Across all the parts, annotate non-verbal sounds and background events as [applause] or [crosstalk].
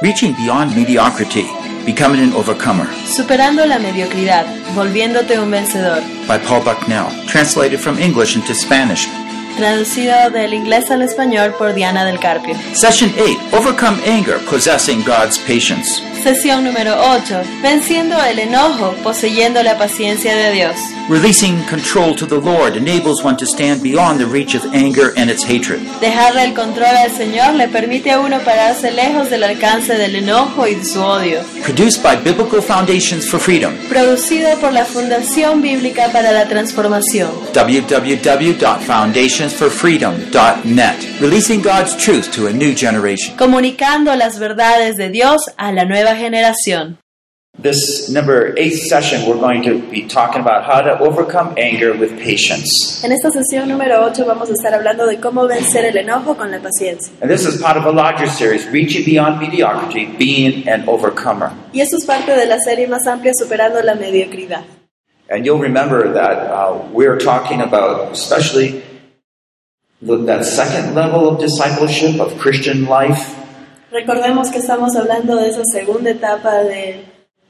Reaching beyond mediocrity, becoming an overcomer. Superando la mediocridad, volviéndote un vencedor. By Paul Bucknell, translated from English into Spanish. Traducido del inglés al español por Diana del Carpio. Session 8 Overcome Anger, Possessing God's Patience. Sesión número 8. Venciendo el enojo, poseyendo la paciencia de Dios. Releasing control to the Lord enables one to stand beyond the reach of anger and its hatred. Dejarle el control al Señor le permite a uno pararse lejos del alcance del enojo y de su odio. Produced by Biblical Foundations for Freedom. Producido por la Fundación Bíblica para la Transformación. www.foundationsforfreedom.net. Releasing God's truth to a new generation. Comunicando las verdades de Dios a la nueva generación. This number eight session, we're going to be talking about how to overcome anger with patience. En esta sesión número 8 vamos a estar hablando de cómo vencer el enojo con la paciencia. And this is part of a larger series, Reaching Beyond Mediocrity, Being an Overcomer. Y eso es parte de la serie más amplia Superando la Mediocridad. And you'll remember that uh, we're talking about, especially the- that second level of discipleship, of Christian life, Recordemos que estamos hablando de esa segunda etapa de,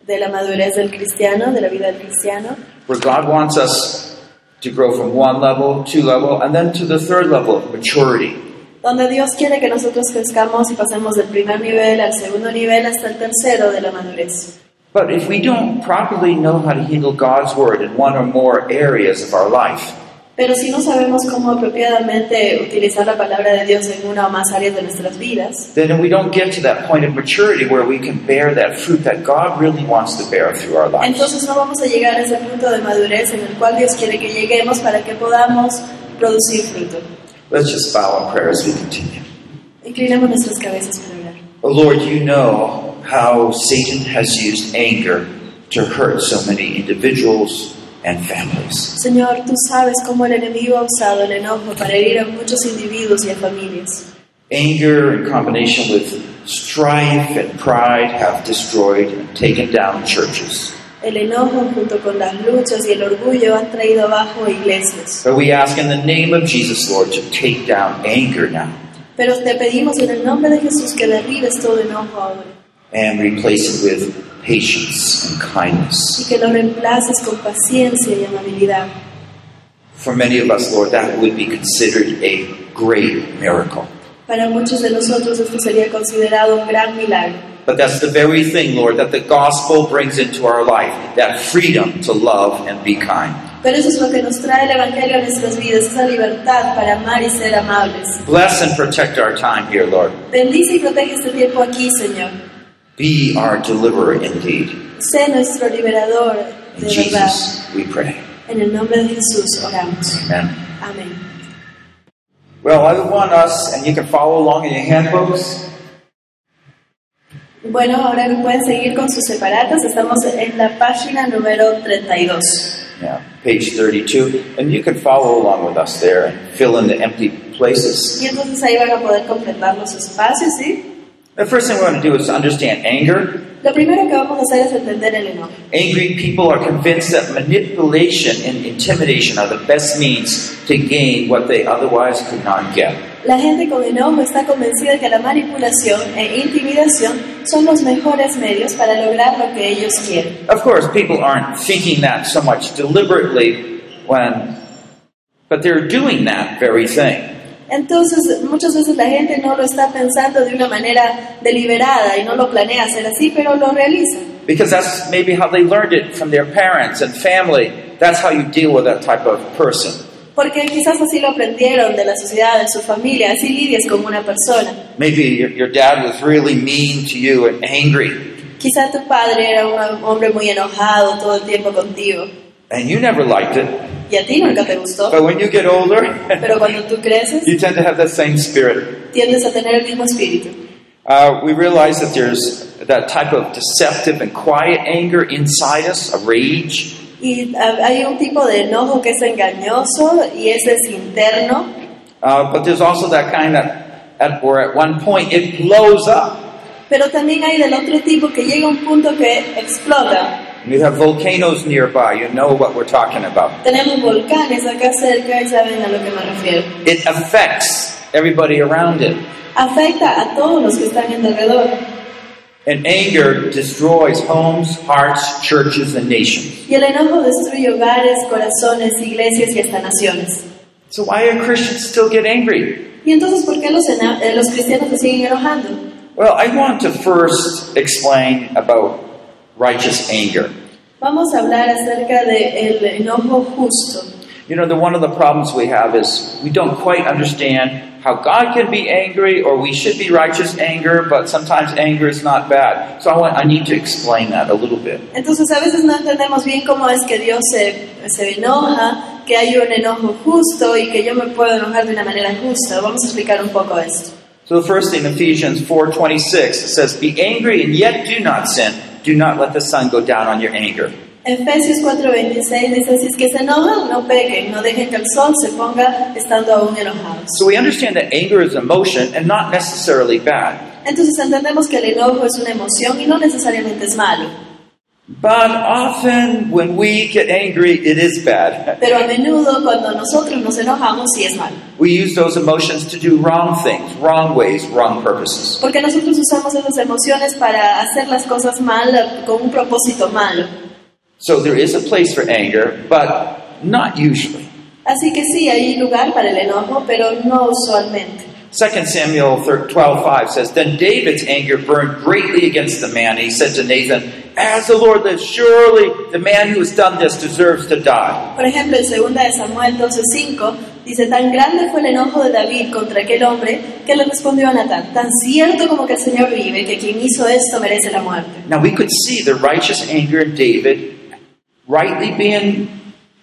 de la madurez del cristiano, de la vida del cristiano, where God wants us to grow from one level, two level, and then to the third level of maturity. donde Dios quiere que nosotros crezcamos y pasemos del primer nivel al segundo nivel hasta el tercero de la madurez. But if we don't properly know how to handle God's word in one or more areas of our life, Pero si no sabemos cómo apropiadamente utilizar la palabra de Dios en una o más áreas de nuestras vidas, then we don't get to that point of maturity where we can bear that fruit that God really wants to bear through our lives. entonces no vamos a llegar a ese punto de madurez en el cual Dios quiere que lleguemos para que podamos producir fruto. Let's just bow in prayer as we continue. Inclinemos nuestras cabezas para orar. Oh Lord, you know how Satan has used anger to hurt so many individuals and families. Señor, tú sabes cómo el enemigo ha usado el enojo para herir a muchos individuos y a familias. Anger in combination with strife and pride have destroyed and taken down churches. El enojo junto con las luchas y el orgullo han traído abajo iglesias. But we ask in the name of Jesus, Lord, to take down anger now Pero te pedimos en el nombre de Jesús que derribes todo enojo ahora and replace it with patience and kindness. y que lo reemplaces con paciencia y amabilidad. For many of us, Lord, that would be considered a great miracle. Para muchos de nosotros esto sería considerado un gran milagro. But that's the very thing, Lord, that the gospel brings into our life that freedom to love and be kind. Pero eso es lo que nos trae el Evangelio a nuestras vidas, esa libertad para amar y ser amables. Bless and protect our time here, Lord. Bendice y protege este tiempo aquí, Señor. Be our deliverer indeed. Sé nuestro liberador In de verdad. Jesus, we pray. En el nombre de Jesús oramos. Amen. Amén. Well, I want us, and you can follow along in your handbooks. Bueno, ahora pueden seguir con sus separatas. Estamos en la página número 32. Yeah, page 32. And you can follow along with us there and fill in the empty places. Y entonces ahí van a poder completar los espacios, ¿sí? The first thing we want to do is understand anger. Lo primero que vamos a hacer es entender el enojo. Angry people are convinced that manipulation and intimidation are the best means to gain what they otherwise could not get. La gente con enojo está convencida de que la manipulación e intimidación son los mejores medios para lograr lo que ellos quieren. Of course, people aren't thinking that so much deliberately when, but they're doing that very thing. Entonces, muchas veces la gente no lo está pensando de una manera deliberada y no lo planea hacer así, pero lo realiza. Because that's maybe how they learned it from their parents and family. That's how you deal with that type of person. Porque quizás así lo aprendieron de la sociedad, de su familia, así lidias con una persona. Maybe your, your dad was really mean to you and angry, Quizás tu padre era un hombre muy enojado todo el tiempo contigo and you never liked it. y a ti nunca te gustó, But when you get older, [laughs] pero cuando tú creces you tend to have that same spirit. tiendes a tener el mismo espíritu. Uh, we realize that there's that type of deceptive and quiet anger inside us, a rage. Y ah, hay un tipo de enojo que es engañoso y ese es interno, Uh, but there's also that kind that, at, or at one point, it blows up. pero también hay del otro tipo que llega a un punto que explota. You have volcanoes nearby, you know what we're talking about. Tenemos volcanes acá cerca y saben a lo que me refiero. It affects everybody around it. Afecta a todos los que están en alrededor. And anger destroys homes, hearts, churches, and nations. Y el enojo destruye hogares, corazones, iglesias y hasta naciones. So why do Christians still get angry? ¿Y entonces por qué los, ena- eh, los cristianos se siguen enojando? Well, I want to first explain about righteous anger. Vamos a hablar acerca del enojo justo. You know, the one of the problems we have is we don't quite understand how God can be angry or we should be righteous anger, but sometimes anger is not bad. So I, want, I need to explain that a little bit. Entonces a veces no entendemos bien cómo es que Dios se, se enoja, que hay un enojo justo y que yo me puedo enojar de una manera justa. Vamos a explicar un poco esto. So the first thing, Ephesians 4.26, it says, Be angry and yet do not sin. Do not let the sun go down on your anger. Efesios 4:26 dice, si es que se enojan, no pequen, no dejen que el sol se ponga estando aún enojados. So we understand that anger is emotion and not necessarily bad. Entonces entendemos que el enojo es una emoción y no necesariamente es malo, But often when we get angry, it is bad. pero a menudo cuando nosotros nos enojamos sí es malo, We use those emotions to do wrong things, wrong ways, wrong purposes. porque nosotros usamos esas emociones para hacer las cosas mal con un propósito malo. So there is a place for anger, but not usually. Así que sí, hay lugar para el enojo, pero no usualmente. 2 Samuel 12, 5 says, Then David's anger burned greatly against the man. He said to Nathan, As the Lord lives, surely the man who has done this deserves to die. Por ejemplo, en 2 de Samuel 12:5 dice, tan grande fue el enojo de David contra aquel hombre que le respondió a Natán, tan cierto como que el Señor vive, que quien hizo esto merece la muerte. Now we could see the righteous anger in David rightly being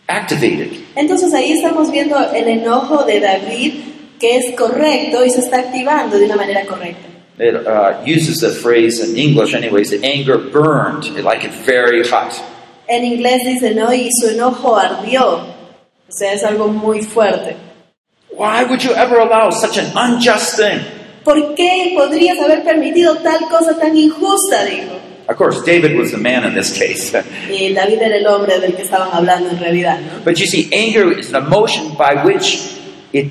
activated. Entonces ahí estamos viendo el enojo de David que es correcto y se está activando de una manera correcta. It uh, uses the phrase in English, anyways, the anger burned, like it's very hot. En inglés dice, no, y su enojo ardió. O sea, es algo muy fuerte. Why would you ever allow such an unjust thing? ¿Por qué podrías haber permitido tal cosa tan injusta? Dijo. Of course, David was the man in this case. [laughs] Y David era el hombre del que estaban hablando en realidad, ¿no? But you see, anger is an emotion by which it,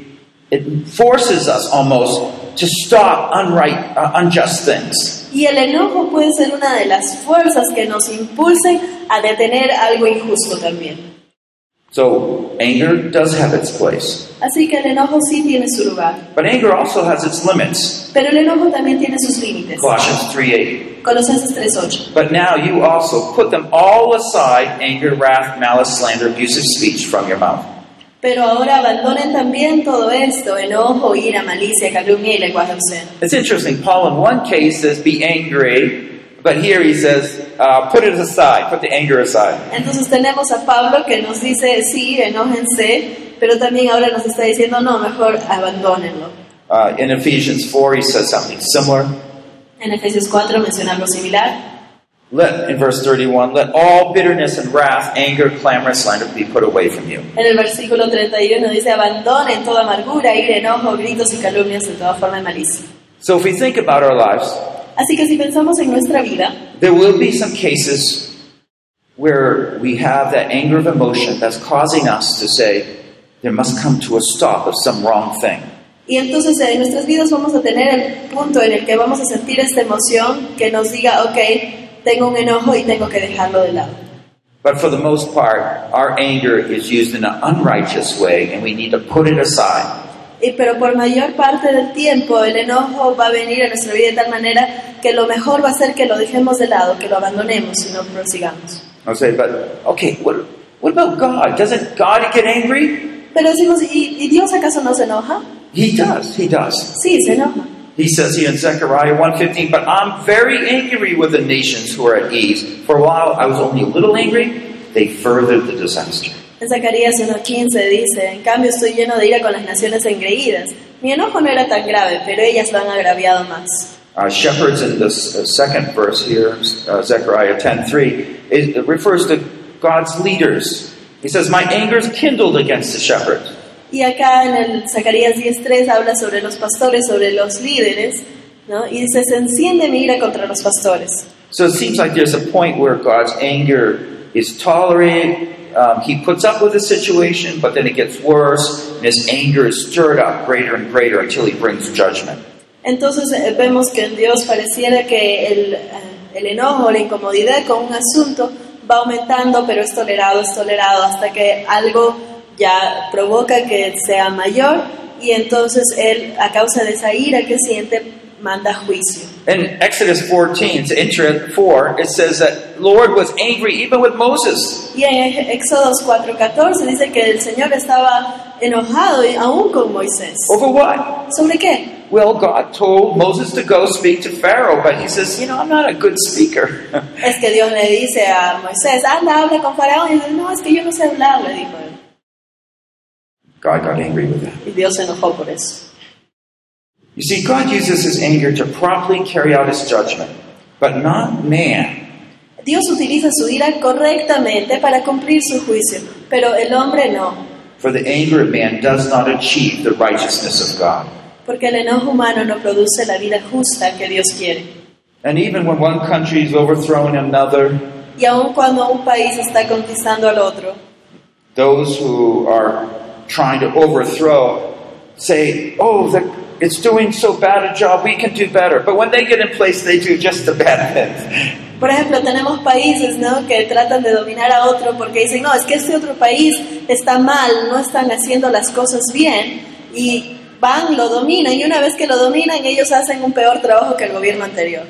it forces us almost to stop unright, uh, unjust things. Y el enojo puede ser una de las fuerzas que nos impulsen a detener algo injusto también. So anger does have its place. Así que el enojo sí tiene su lugar, But anger also has its limits. pero el enojo también tiene sus límites. Colossians 3 8. Colosenses 3:8. But now you also put them all aside anger, wrath, malice, slander, abusive speech from your mouth. Pero ahora abandonen también todo esto, enojo, ira, malicia, calumnia y lenguaje obsceno. It's interesting. Paul, in one case, says, be angry. But here he says, uh, put it aside, put the anger aside. Entonces tenemos a Pablo que nos dice, sí, enójense, pero también ahora nos está diciendo, no, mejor abandónenlo. Uh, in Ephesians 4, he says something similar. En Efesios 4 menciona algo similar. Let, in verse 31, let all bitterness and wrath, anger, clamor, and slander be put away from you. En el versículo 31 dice, abandonen toda amargura, ira, enojo, gritos y calumnias de toda forma de malicia. So if we think about our lives, Así que si pensamos en nuestra vida, there will be some cases where we have that anger of emotion that's causing us to say, there must come to a stop of some wrong thing. y entonces en nuestras vidas vamos a tener el punto en el que vamos a sentir esta emoción que nos diga, ok, tengo un enojo y tengo que dejarlo de lado. But for the most part, our anger is used in an unrighteous way, and we need to put it aside. Y, pero por mayor parte del tiempo el enojo va a venir a nuestra vida de tal manera que lo mejor va a ser que lo dejemos de lado, que lo abandonemos y no prosigamos. I'll say, but okay, what, what about God? Doesn't God get angry? Pero decimos, ¿y, ¿y Dios acaso no se enoja? He does, he does. Sí, se enoja. He says here in Zechariah 1.15, But I'm very angry with the nations who are at ease. For a while I was only a little angry, they furthered the disaster. En Zacarías 1.15 dice, en cambio estoy lleno de ira con las naciones engreídas. Mi enojo no era tan grave, pero ellas lo han agraviado más. Uh, shepherds in this uh, second verse here, uh, Zechariah 10.3, it, it refers to God's leaders. He says, My anger is kindled against the shepherds. Y acá en el Zacarías 10.3 habla sobre los pastores, sobre los líderes, ¿no? y dice, se enciende mi ira contra los pastores. So it seems like there's a point where God's anger is tolerated. Um, he puts up with the situation, but then it gets worse, and his anger is stirred up greater and greater until he brings judgment. Entonces eh, vemos que en Dios pareciera que el, eh, el enojo, la incomodidad con un asunto va aumentando, pero es tolerado, es tolerado, hasta que algo ya provoca que sea mayor y entonces Él, a causa de esa ira que siente, manda juicio. In Exodus 14, it's inter- 4, it says that Lord was angry even with Moses. Y en Ej- Éxodos 4:14 dice que el Señor estaba enojado y aún con Moisés. Over what? ¿Sobre qué? Well, God told Moses to go speak to Pharaoh, but he says, you know, I'm not a good speaker. [laughs] Es que Dios le dice a Moisés, anda, habla con Faraón. Y dice, no, es que yo no sé hablar, le dijo él. God got angry with that. Y Dios se enojó por eso. You see, God uses his anger to promptly carry out his judgment, but not man. Dios utiliza su ira correctamente para cumplir su juicio, pero el hombre no, For the anger of man does not achieve the righteousness of God. porque el enojo humano no produce la vida justa que Dios quiere. And even when one country is overthrowing another, Y aun cuando un país está conquistando al otro, those who are trying to overthrow say, oh, the, it's doing so bad a job, we can do better. But when they get in place, they do just the bad [laughs] things. Por ejemplo, tenemos países ¿no? que tratan de dominar a otro porque dicen, no, es que este otro país está mal, no están haciendo las cosas bien y van, lo dominan y una vez que lo dominan ellos hacen un peor trabajo que el gobierno anterior.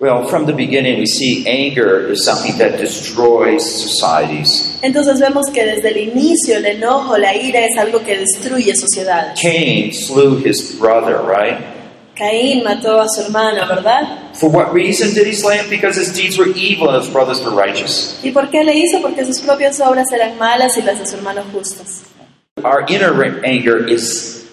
Well, from the beginning, we see anger is something that destroys societies. Entonces vemos que desde el inicio el enojo, la ira es algo que destruye sociedades. Cain slew his brother, right? Caín mató a su hermano, ¿verdad? For what reason did he slay him? Because his deeds were evil and his brothers were righteous. ¿Y por qué le hizo? Porque sus propias obras eran malas y las de su hermano justas. Our inner ra- anger is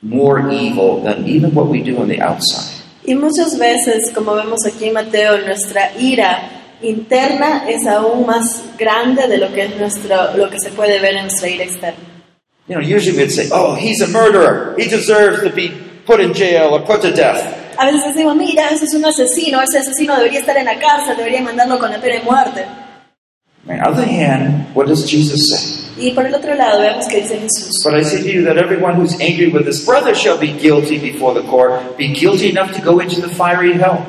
more evil than even what we do on the outside. Y muchas veces, como vemos aquí en Mateo, nuestra ira interna es aún más grande de lo que es nuestro, lo que se puede ver en nuestra ira externa. You know, usually we'd say, oh, he's a murderer. He deserves to be put in jail or put to death. A veces decimos, mira, ese es un asesino, ese asesino debería estar en la cárcel, debería mandarlo con la pena de muerte. On the other hand, what does Jesus say? Y por el otro lado vemos que dice Jesús, But I say to you that everyone who's angry with his brother shall be guilty before the court, be guilty enough to go into the fiery hell.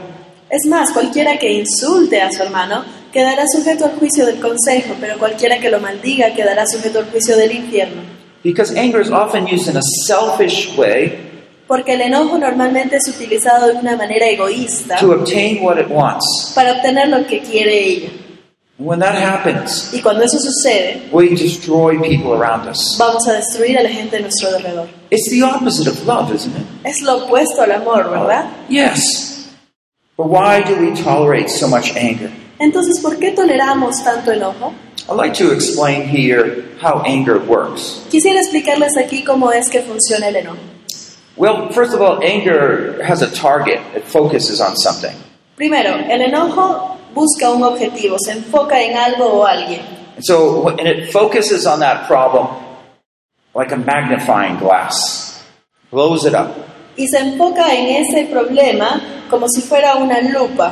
es más, cualquiera que insulte a su hermano quedará sujeto al juicio del consejo, pero cualquiera que lo maldiga quedará sujeto al juicio del infierno. Because anger is often used in a selfish way Porque el enojo normalmente es utilizado de una manera egoísta. to obtain what it wants. para obtener lo que quiere ella. And when that happens, Y cuando eso sucede, we destroy people around us. vamos a destruir a la gente de nuestro alrededor. It's the opposite of love, isn't it? Es lo opuesto al amor, ¿verdad? Yes. But why do we tolerate so much anger? Entonces, ¿por qué toleramos tanto enojo? I'd like to explain here how anger works. Quisiera explicarles aquí cómo es que funciona el enojo. Well, first of all, anger has a target, it focuses on something. Primero, el enojo busca un objetivo, se enfoca en algo o alguien. And so, and it focuses on that problem like a magnifying glass, blows it up. Y se enfoca en ese problema como si fuera una lupa,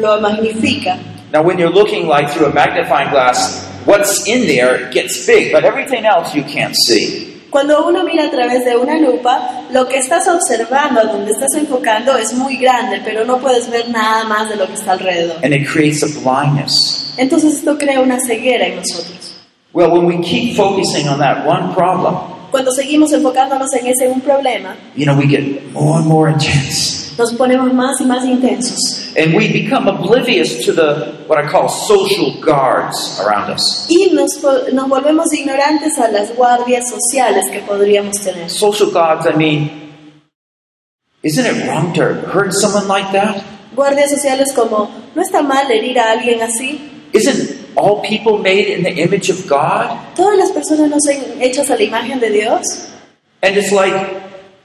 lo magnifica. Now, when you're looking like through a magnifying glass, what's in there gets big, but everything else you can't see. Cuando uno mira a través de una lupa, lo que estás observando, a donde estás enfocando, es muy grande, pero no puedes ver nada más de lo que está alrededor. And it creates a blindness. Entonces esto crea una ceguera en nosotros. Well, when we keep focusing on that one problem, Cuando seguimos enfocándonos en ese un problema, you know, we get more and more intense. nos ponemos más y más intensos And we become oblivious to the what I call social guards around us. y nos, po- nos volvemos ignorantes a las guardias sociales que podríamos tener. Social guards, I mean, isn't it wrong to hurt someone like that? Guardias sociales como, ¿no está mal herir a alguien así? Isn't all people made in the image of God? ¿Todas las personas no son hechas a la imagen de Dios? And it's like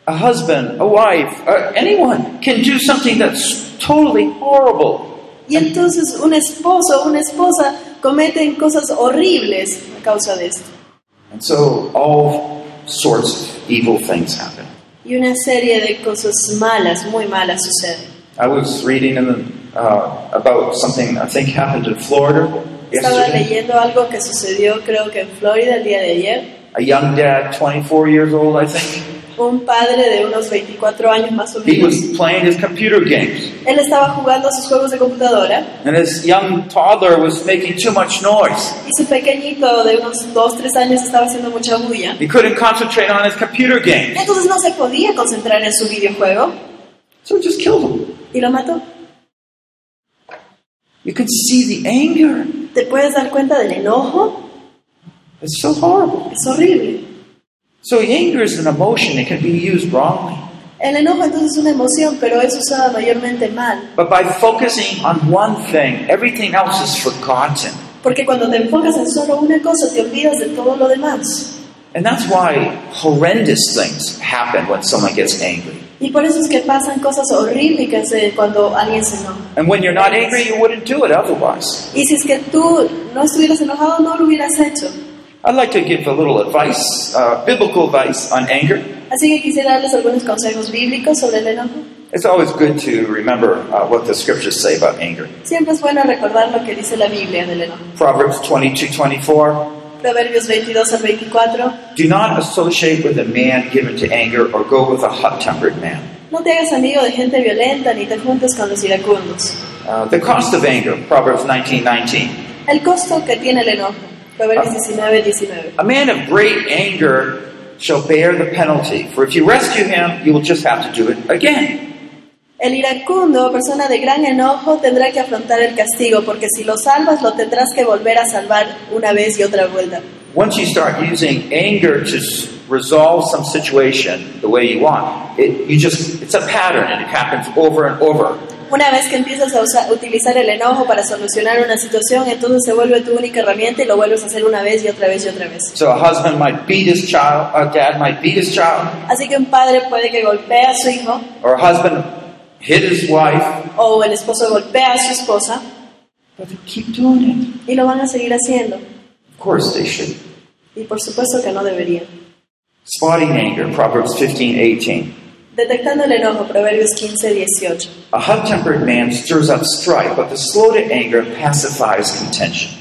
a husband, a wife, uh, anyone can do something that's totally horrible. Y entonces un esposo o una esposa cometen cosas horribles a causa de esto. And so all sorts of evil things happen. Y una serie de cosas malas, muy malas suceden. I was reading in the, uh, about something I think happened in Florida Estaba yesterday. leyendo algo que sucedió creo que en Florida el día de ayer. a young dad, 24 years old, I think, un padre de unos 24 años más o He menos. was playing his computer games, Él estaba jugando sus juegos de computadora and his young toddler was making too much noise. y su pequeñito de unos 2, 3 años estaba haciendo mucha bulla. He couldn't concentrate on his computer game, Entonces no se podía concentrar en su videojuego so he just killed him. y lo mató. You could see the anger. ¿Te puedes dar cuenta del enojo? It's so horrible. Es horrible. So anger is an emotion that can be used wrongly. El enojo entonces es una emoción, pero es usada mayormente mal. But by focusing on one thing, everything else is forgotten. Porque cuando te enfocas en solo una cosa, te olvidas de todo lo demás. And that's why horrendous things happen when someone gets angry. Y por eso es que pasan cosas horribles eh, cuando alguien se enoja. And when you're not angry, you wouldn't do it otherwise. Y si es que tú no estuvieras enojado, no lo hubieras hecho. I'd like to give a little advice, uh, biblical advice on anger. Así que quisiera darles algunos consejos bíblicos sobre el enojo. It's always good to remember uh, what the scriptures say about anger. Siempre es bueno recordar lo que dice la Biblia del enojo. Proverbs 22 24. Proverbios 22 al 24. Do not associate with a man given to anger or go with a hot tempered man. No te hagas amigo de gente violenta ni te juntes con los iracundos. Uh, the cost of anger, Proverbs 19 19. El costo que tiene el enojo. Proverbios 19, 19. A man of great anger shall bear the penalty, for if you rescue him, you will just have to do it again. El iracundo, persona de gran enojo, tendrá que afrontar el castigo, porque si lo salvas, lo tendrás que volver a salvar una vez y otra vuelta. Once you start using anger to s- resolve some situation the way you want, it, you just it's a pattern and it happens over and over. Una vez que empiezas a usa- utilizar el enojo para solucionar una situación, entonces se vuelve tu única herramienta y lo vuelves a hacer una vez y otra vez y otra vez. So a husband might beat his child, a dad might beat his child, Así que un padre puede que golpee a su hijo, or a husband hit his wife, o el esposo golpea a su esposa, but they keep doing it. y lo van a seguir haciendo. Of course they should. Y por supuesto que no deberían. Spotting anger, Proverbs fifteen eighteen. Detectando el enojo, Proverbios 15, 18. A hot tempered man stirs up strife, but the slow to anger pacifies contention.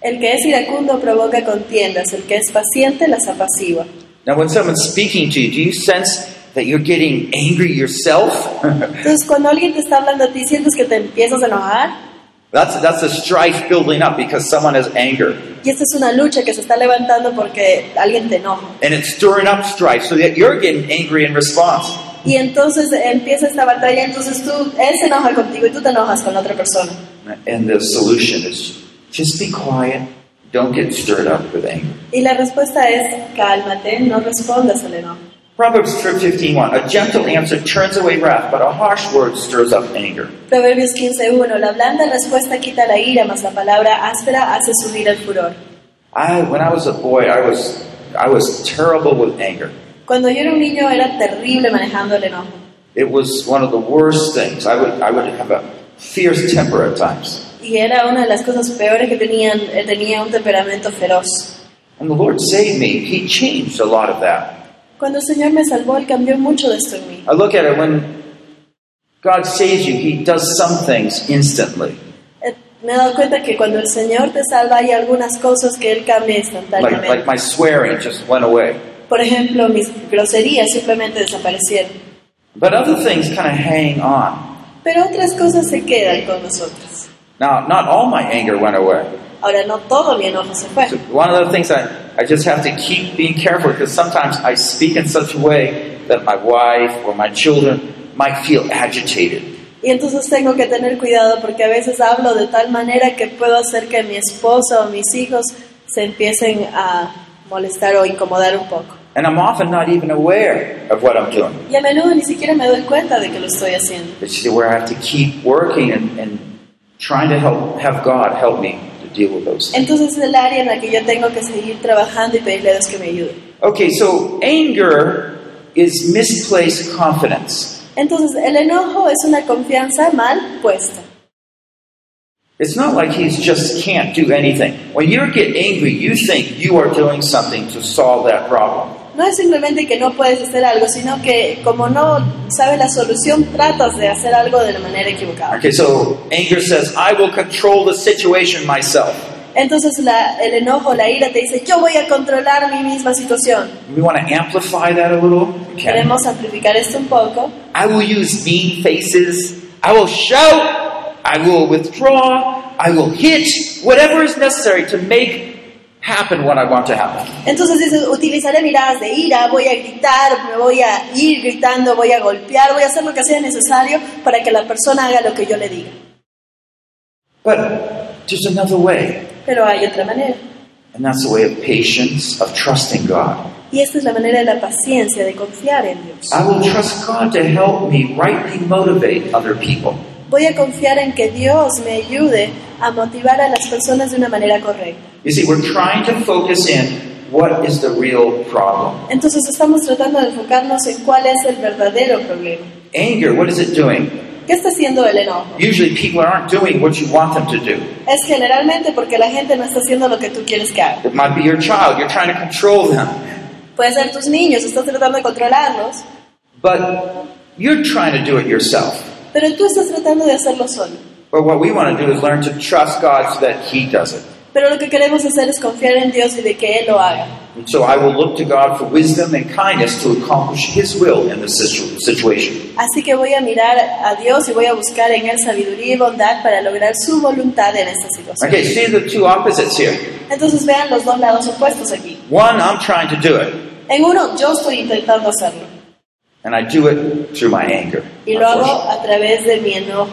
El que es iracundo provoca contiendas, el que es paciente las apacigua. Now, when someone's speaking to you, do you sense that you're getting angry yourself? [laughs] Entonces, cuando alguien te está hablando a ti, sientes que te empiezas a enojar, that's, that's a strife building up because someone has anger. y esta es una lucha que se está levantando porque alguien te enoja. And it's stirring up strife so that you're getting angry in response. Y entonces empieza esta batalla, entonces tú, él se enoja contigo y tú te enojas con la otra persona. And the solution is just be quiet, don't get stirred up with anger. Y la respuesta es, cálmate, no respondas al enojo. Proverbs 15:1 A gentle answer turns away wrath, but a harsh word stirs up anger. Proverbios 15.1, la blanda respuesta quita la ira, mas la palabra áspera hace subir el furor. I, when I was a boy, I was, I was terrible with anger. Cuando yo era un niño era terrible manejando el enojo. It was one of the worst things. I would, I would have a fierce temper at times. Y era una de las cosas peores que tenían, eh, tenía un temperamento feroz. And the Lord saved me. He changed a lot of that. Cuando el Señor me salvó, Él cambió mucho de esto en mí. I look at it when God saves you, He does some things instantly, Eh, Me he dado cuenta que cuando el Señor te salva hay algunas cosas que Él cambia like, instantáneamente. like my swearing just went away. Por ejemplo, mis groserías simplemente desaparecieron. But other things kind of hang on. Pero otras cosas se quedan con nosotros. Now, not all my anger went away. Ahora, no todo mi enojo se fue. So one of the things I, I just have to keep being careful because sometimes I speak in such a way that my wife or my children might feel agitated. Y entonces tengo que tener cuidado porque a veces hablo de tal manera que puedo hacer que mi esposa o mis hijos se empiecen a molestar o incomodar un poco. And I'm often not even aware of what I'm doing. Y a menudo ni siquiera me doy cuenta de que lo estoy haciendo. It's where I have to keep working and, and trying to help have God help me to deal with those things. Entonces es el área en la que yo tengo que seguir trabajando y pedirle a Dios que me ayude. Okay, so anger is misplaced confidence. Entonces el enojo es una confianza mal puesta. It's not like he's just can't do anything. When you get angry, you think you are doing something to solve that problem. No es simplemente que no puedes hacer algo, sino que como no sabes la solución, tratas de hacer algo de la manera equivocada. Okay, so anger says, I will control the situation myself. Entonces la- el enojo, la ira te dice, yo voy a controlar mi misma situación. We want to amplify that a little. We can. Queremos amplificar esto un poco. I will use mean faces. I will shout. I will withdraw. I will hit. Whatever is necessary to make happen what I want to happen. Entonces dices, utilizaré miradas de ira, voy a gritar, me voy a ir gritando, voy a golpear, voy a hacer lo que sea necesario para que la persona haga lo que yo le diga. But there's another way, Pero hay otra manera. and that's the way of patience, of trusting God. Y esta es la manera de la paciencia, de confiar en Dios. I will trust God to help me rightly motivate other people. Voy a confiar en que Dios me ayude a motivar a las personas de una manera correcta. You see, we're trying to focus in what is the real problem. Entonces estamos tratando de enfocarnos en cuál es el verdadero problema. Anger, what is it doing? ¿Qué está haciendo el enojo? Usually people aren't doing what you want them to do. Es generalmente porque la gente no está haciendo lo que tú quieres que haga. It might be your child, you're trying to control them, Puede ser tus niños, estás tratando de controlarlos, but you're trying to do it yourself. pero tú estás tratando de hacerlo solo. But what we want to do is learn to trust God so that He does it. Pero lo que queremos hacer es confiar en Dios y de que Él lo haga. And so I will look to God for wisdom and kindness to accomplish His will in this situ- situation. Así que voy a mirar a Dios y voy a buscar en Él sabiduría y bondad para lograr su voluntad en esta situación. Okay, see the two opposites here. Entonces vean los dos lados opuestos aquí. One, I'm trying to do it, En uno, yo estoy intentando hacerlo and I do it through my anger. y lo hago unfortunately. a través de mi enojo, But,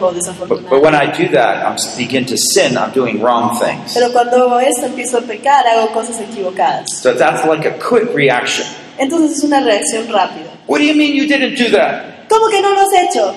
but when desafortunadamente. I do that, I am begin to sin, I'm doing wrong things. Pero cuando hago esto, empiezo a pecar, hago cosas equivocadas. So that's like a quick reaction. Entonces es una reacción rápida. What do you mean you didn't do that? ¿Cómo que no lo has hecho?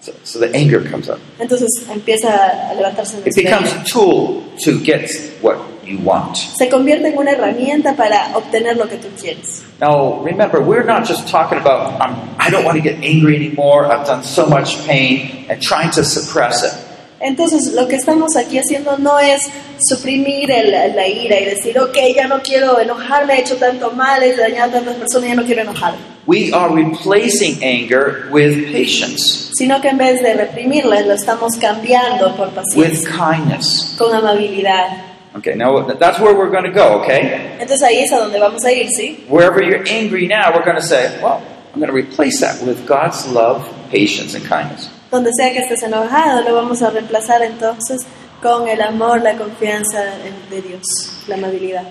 So, so the anger comes up. Entonces empieza a levantarse en It becomes despeño. a tool to get what you want. Se convierte en una herramienta para obtener lo que tú quieres. Now, remember, we're not just talking about, I'm, I don't want to get angry anymore, I've done so much pain, and trying to suppress it. Entonces lo que estamos aquí haciendo no es suprimir el- la ira y decir, ok, ya no quiero enojarme, he hecho tanto mal, he dañado a tantas personas, ya no quiero enojarme. We are replacing anger with patience, sino que en vez de reprimirla lo estamos cambiando por with paciencia, kindness. con amabilidad. Okay, now that's where we're going to go, okay? Entonces ahí es a donde vamos a ir, ¿sí? Wherever you're angry now, we're going to say, well, I'm going to replace that with God's love, patience, and kindness. Donde sea que estés enojado, lo vamos a reemplazar entonces con el amor, la confianza en- de Dios, la amabilidad.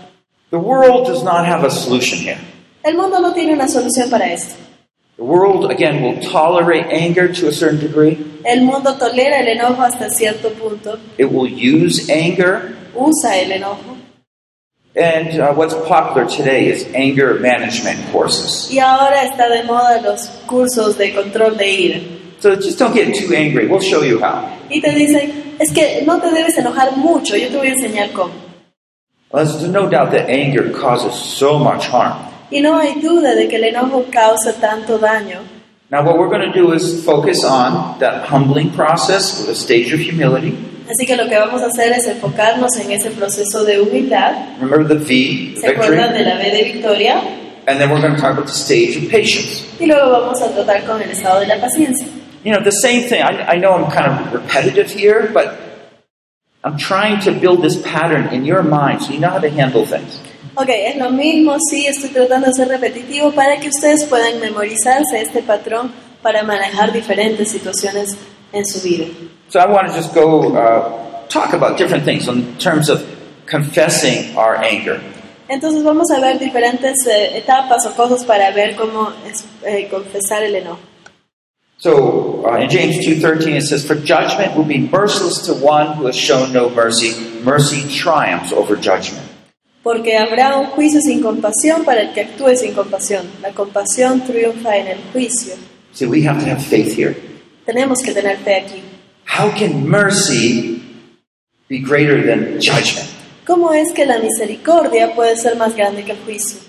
The world does not have a solution here. El mundo no tiene una solución para esto. The world, again, will tolerate anger to a certain degree. El mundo tolera el enojo hasta cierto punto, It will use anger. usa el enojo. And uh, what's popular today is anger management courses. Y ahora está de moda los cursos de control de ira. So just don't get too angry. We'll show you how. Y te dicen, es que no te debes enojar mucho, yo te voy a enseñar cómo. Well, there's no doubt that anger causes so much harm. Y no hay duda de que el enojo causa tanto daño. Now, what we're going to do is focus on that humbling process with a stage of humility. Así que lo que vamos a hacer es enfocarnos en ese proceso de humildad. Remember the V, the ¿Se acuerdan victory. de la B de victoria? And then we're going to talk about the stage of patience. Y luego vamos a tratar con el estado de la paciencia. You know, the same thing. I, I know I'm kind of repetitive here, but I'm trying to build this pattern in your mind so you know how to handle things. Ok, es lo mismo, sí, estoy tratando de ser repetitivo para que ustedes puedan memorizarse este patrón para manejar diferentes situaciones en su vida. So I want to just go uh, talk about different things in terms of confessing our anger. Entonces vamos a ver diferentes eh, etapas o cosas para ver cómo es- eh, confesar el enojo. So uh, in James 2.13 it says, For judgment will be merciless to one who has shown no mercy. Mercy triumphs over judgment. Porque habrá un juicio sin compasión para el que actúe sin compasión. La compasión triunfa en el juicio. See, we have to have faith here. Tenemos que tener fe aquí. How can mercy be greater than judgment? ¿Cómo es que la misericordia puede ser más grande que el juicio?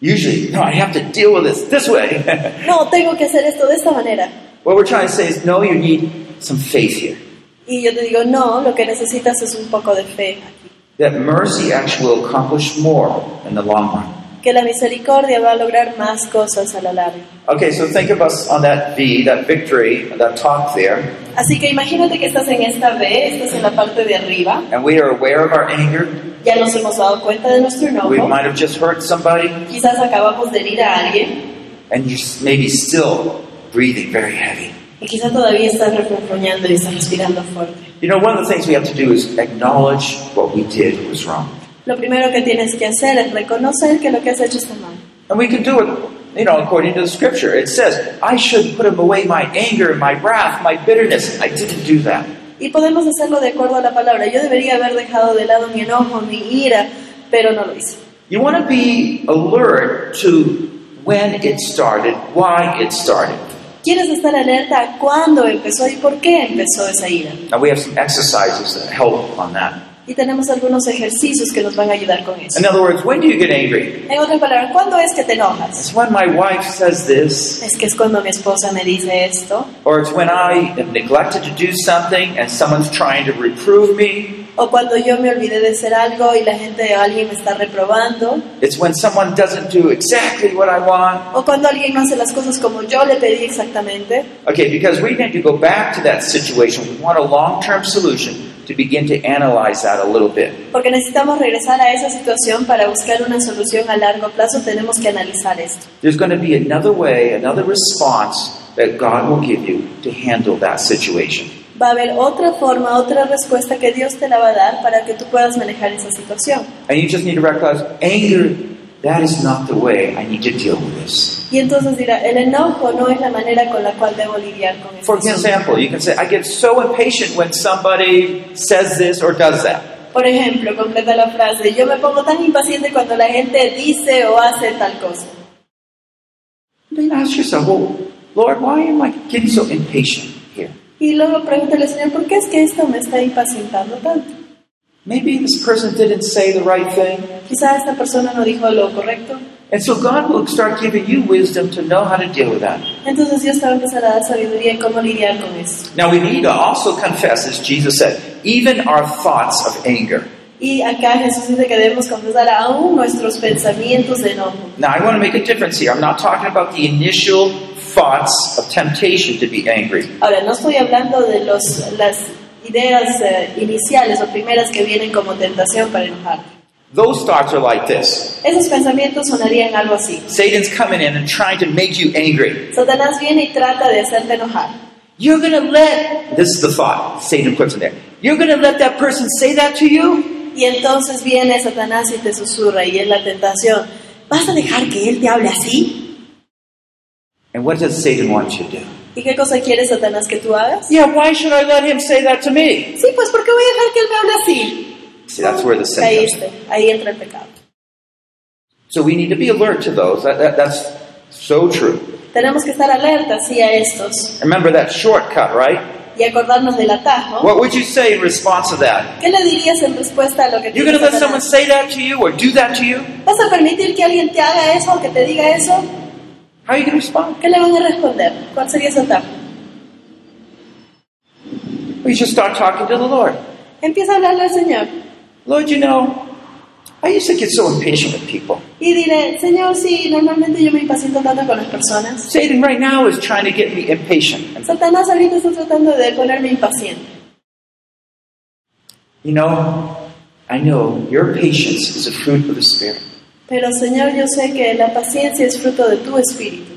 Usually, no, I have to deal with this this way. [laughs] No, tengo que hacer esto de esta manera. What we're trying to say is, no, you need some faith here. Y yo te digo, no, lo que necesitas es un poco de fe aquí. That mercy actually will accomplish more in the long run. que la misericordia va a lograr más cosas a la larga. Okay, so think of us on that V, that victory, that talk there, Así que imagínate que estás en esta B, estás en la parte de arriba, and we are aware of our anger. ya nos hemos dado cuenta de nuestro We enojo, might have just hurt somebody, quizás acabamos de herir a alguien and you're s- maybe still breathing very heavy. y quizás todavía estás refunfuñando y estás respirando fuerte. You know, one of the things we have to do is acknowledge what we did was wrong. Lo primero que tienes que hacer es reconocer que lo que has hecho está mal. And we can do it, you know, according to the scripture. It says, I should put him away my anger, my wrath, my bitterness. I didn't do that. Y podemos hacerlo de acuerdo a la palabra. Yo debería haber dejado de lado mi enojo, mi ira, pero no lo hice. You want to be alert to when it started, why it started. Quieres estar alerta a cuándo empezó y por qué empezó esa ira. Now, we have some exercises that help on that. Y tenemos algunos ejercicios que nos van a ayudar con eso. In other words, when do you get angry? En otras palabras, ¿cuándo es que te enojas? It's when my wife says this, Es que es cuando mi esposa me dice esto, or it's when I am neglected to do something and someone's trying to reprove me. o cuando yo me olvidé de hacer algo y la gente, alguien me está reprobando, It's when someone doesn't do exactly what I want. o cuando alguien no hace las cosas como yo le pedí exactamente. Okay, because we need to go back to that situation. We want a long term solution to begin to analyze that a little bit. Porque necesitamos regresar a esa situación para buscar una solución a largo plazo, tenemos que analizar esto. There's going to be another way, another response that God will give you to handle that situation. Va a haber otra forma, otra respuesta que Dios te la va a dar para que tú puedas manejar esa situación. And you just need to recognize anger, that is not the way I need to deal with this. Y entonces dirá, el enojo no es la manera con la cual debo lidiar con esto. For example, you can say, I get so impatient when somebody says this or does that. Por ejemplo, completa la frase, yo me pongo tan impaciente cuando la gente dice o hace tal cosa. Then ask yourself, well, Lord, why am I getting so impatient here? Y luego pregúntale al Señor, ¿por qué es que esto me está impacientando tanto? Maybe this person didn't say the right thing. Quizá esta persona no dijo lo correcto. And so God will start giving you wisdom to know how to deal with that. Entonces Dios te va a empezar a dar sabiduría en cómo lidiar con eso. Now we need to also confess, as Jesus said, even our thoughts of anger. Y acá Jesús dice que debemos confesar aún nuestros pensamientos de enojo. Now I want to make a difference here. I'm not talking about the initial thoughts of temptation to be angry. Ahora, no estoy hablando de los, las ideas eh, iniciales o primeras que vienen como tentación para enojar. Those thoughts are like this. Esos pensamientos sonarían algo así. Satan's coming in and trying to make you angry. Satanás viene y trata de hacerte enojar. You're going to let, this is the thought Satan puts in there. You're going to let that person say that to you? Y entonces viene Satanás y te susurra y es la tentación. ¿Vas a dejar que él te hable así? And what does Satan want you to do? ¿Y qué cosa quiere Satanás que tú hagas? Yeah, why should I let him say that to me? Sí, pues ¿por qué voy a dejar que él me hable así? See, that's where the sin comes. Caíste, ahí entra el pecado. So we need to be alert to those. That, that, that's so true. Tenemos que estar alertas sí, a estos Remember that shortcut, right? y acordarnos del atajo. What would you say in response to that? ¿Qué le dirías en respuesta a lo que te You're going dice to let someone Satanás? say that to you or do that to you? ¿Vas a permitir que alguien te haga eso o que te diga eso? How are you going to respond? ¿Qué le van a responder? ¿Cuál sería ese atajo? We just start talking to the Lord. Empieza a hablarle al Señor Lord, you know, I used to get so impatient with people. y diré, Señor, sí, normalmente yo me impaciento tanto con las personas. Satan right now is trying to get me impatient. Satanás ahorita está tratando de ponerme impaciente. You know, I know your patience is a fruit of the Spirit. Pero Señor, yo sé que la paciencia es fruto de tu espíritu.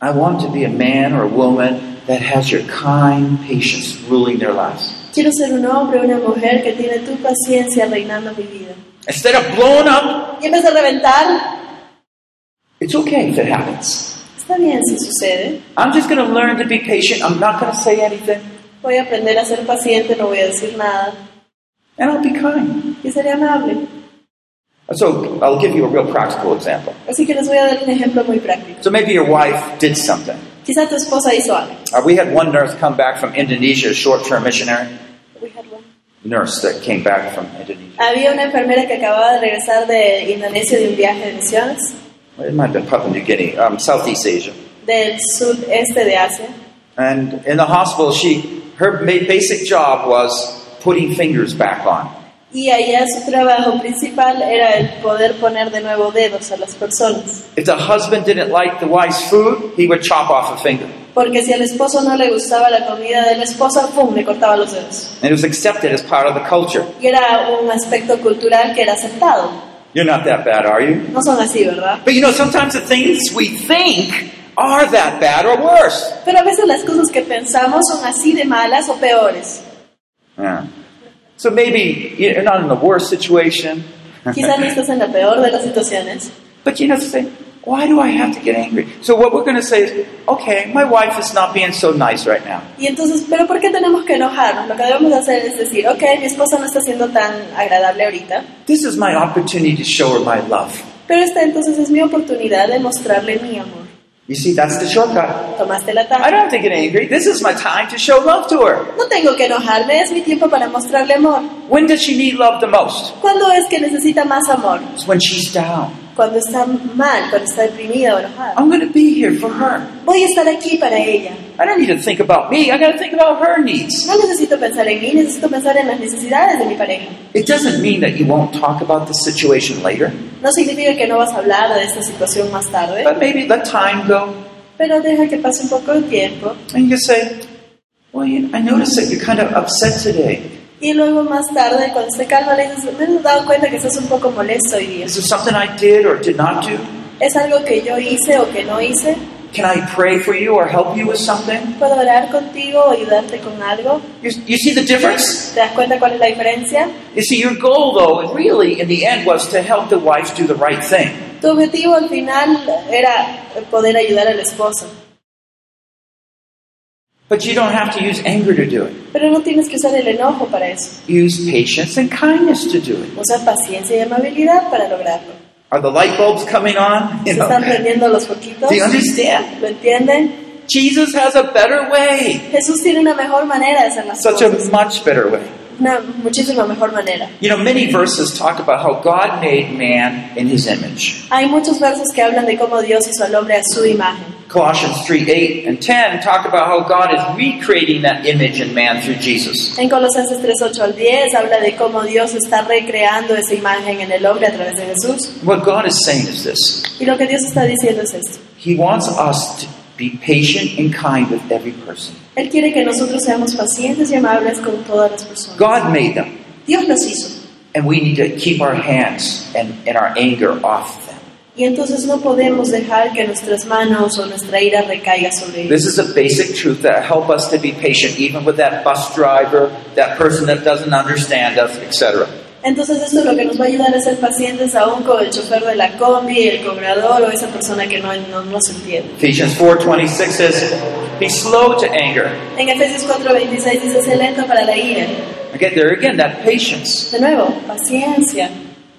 I want to be a man or a woman that has your kind patience ruling their lives. Quiero ser un hombre, una mujer que tiene tu paciencia reinando mi vida. Instead of blowing up, Y en vez de reventar, it's okay if it happens. está bien si sucede. I'm just going to learn to be patient. I'm not going to say anything, Voy a aprender a ser paciente, no voy a decir nada. and I'll be kind. Y seré amable. So I'll give you a real practical example. Así que les voy a dar un ejemplo muy práctico. So maybe your wife did something. Quizá tu esposa hizo algo. Uh, we had one nurse come back from Indonesia, a short-term missionary nurse that came back from Indonesia. Había una enfermera que acababa de regresar de Indonesia de un viaje de misiones It might have been Papua New Guinea, um, Southeast Asia. del sudeste de Asia. And in the hospital, she her ma- basic job was putting fingers back on. Y allá su trabajo principal era el poder poner de nuevo dedos a las personas. If the husband didn't like the wife's food, he would chop off a finger. Porque si al esposo no le gustaba la comida de la esposa, ¡pum!, le cortaba los dedos. And it was accepted as part of the culture. Y era un aspecto cultural que era aceptado. You're not that bad, are you? No son así, ¿verdad? But you know, sometimes the things we think are that bad or worse. Pero a veces las cosas que pensamos son así de malas o peores. Yeah. So maybe you're not in the worst situation, [laughs] Quizás no estás en la peor de las situaciones. but you know, to say, why do I have to get angry? So what we're going to say is, okay, my wife is not being so nice right now. Y entonces, ¿pero por qué tenemos que enojarnos? Lo que debemos hacer es decir, ok, mi esposa no está siendo tan agradable ahorita, This is my opportunity to show her my love. pero esta entonces es mi oportunidad de mostrarle mi amor. You see, that's the shortcut. Tomaste la I tarde. don't have to get angry. This is my time to show love to her. No tengo que enojarme, es mi tiempo para mostrarle amor. When does she need love the most? ¿Cuándo es que necesita más amor? It's when she's down. Cuando está mal, cuando está deprimida o enojada. I'm going to be here for her. Voy a estar aquí para ella. I don't need to think about me. I got to think about her needs. No necesito pensar en mí, necesito pensar en las necesidades de mi pareja. It doesn't mean that you won't talk about the situation later, No significa que no vas a hablar de esta situación más tarde, but maybe let time go pero deja que pase un poco de tiempo and you say, "Well, you I noticed that you're kind of upset today. Y luego más tarde, cuando se calma, le dices, me he dado cuenta que estás un poco molesto hoy día. Is there something I did or did not do? ¿Es algo que yo hice o que no hice? Can I pray for you or help you with something?" ¿Puedo orar contigo o ayudarte con algo? You, you see the difference? ¿Te das cuenta cuál es la diferencia? You see, your goal, though, really in the end, was to help the wife do the right thing. Tu objetivo al final era poder ayudar al esposo, But you don't have to use anger to do it. pero no tienes que usar el enojo para eso. Use patience and kindness to do it. Usa paciencia y amabilidad para lograrlo. Are the light bulbs coming on? You ¿Se know, están prendiendo los poquitos? do you understand? ¿Lo entienden? Jesus has a better way. Jesús tiene una mejor manera de hacer las Such a cosas, much better way. una muchísima mejor manera. You know, many verses talk about how God made man in his image. Hay muchos versos que hablan de cómo Dios hizo al hombre a su imagen. Colossians 3 8 and 10 talk about how God is recreating that image in man through Jesus. En Colosenses 3, 8 al 10 habla de cómo Dios está recreando esa imagen en el hombre a través de Jesús. What God is saying is this Y lo que Dios está diciendo es esto. He wants us to be patient and kind with every person. Él quiere que nosotros seamos pacientes y amables con todas las personas. God made them, Dios los hizo. and we need to keep our hands and, and our anger off them. Y entonces no podemos dejar que nuestras manos o nuestra ira recaiga sobre ellos. This is a basic truth that help us to be patient, even with that bus driver, that person that doesn't understand us, etc. Entonces esto es lo que nos va a ayudar a ser pacientes aún con el chofer de la combi, el cobrador o esa persona que no, no nos entiende. Ephesians 4:26 says, "Be slow to anger." En Efesios 4:26 dice, sé lento para la ira. Again, there again that patience. De nuevo, paciencia.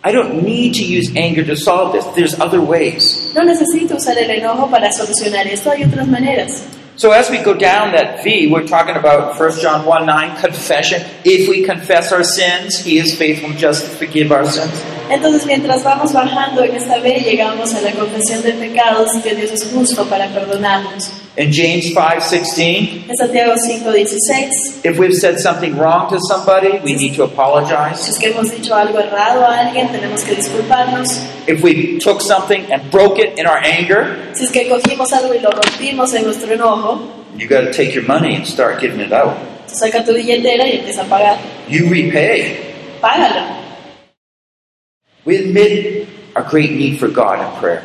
I don't need to use anger to solve this. There's other ways. No necesito usar el enojo para solucionar esto, hay otras maneras. So as we go down that V, we're talking about 1 John 1 9, confession. If we confess our sins, he is faithful and just to forgive our sins. Entonces, mientras vamos bajando en esta B, llegamos a la confesión de pecados que Dios es justo para perdonarnos. In James 5:16, En Santiago 5:16, if we've said something wrong to somebody, we need to si apologize. es que hemos dicho algo errado a alguien, tenemos que disculparnos. If we took something and broke it in our anger, Si es que cogimos algo y lo rompimos en nuestro enojo, you got to take your money and start giving it out. tú saca tu billetera y empieza a pagar. You repay. Págalo. We admit our great need for God in prayer.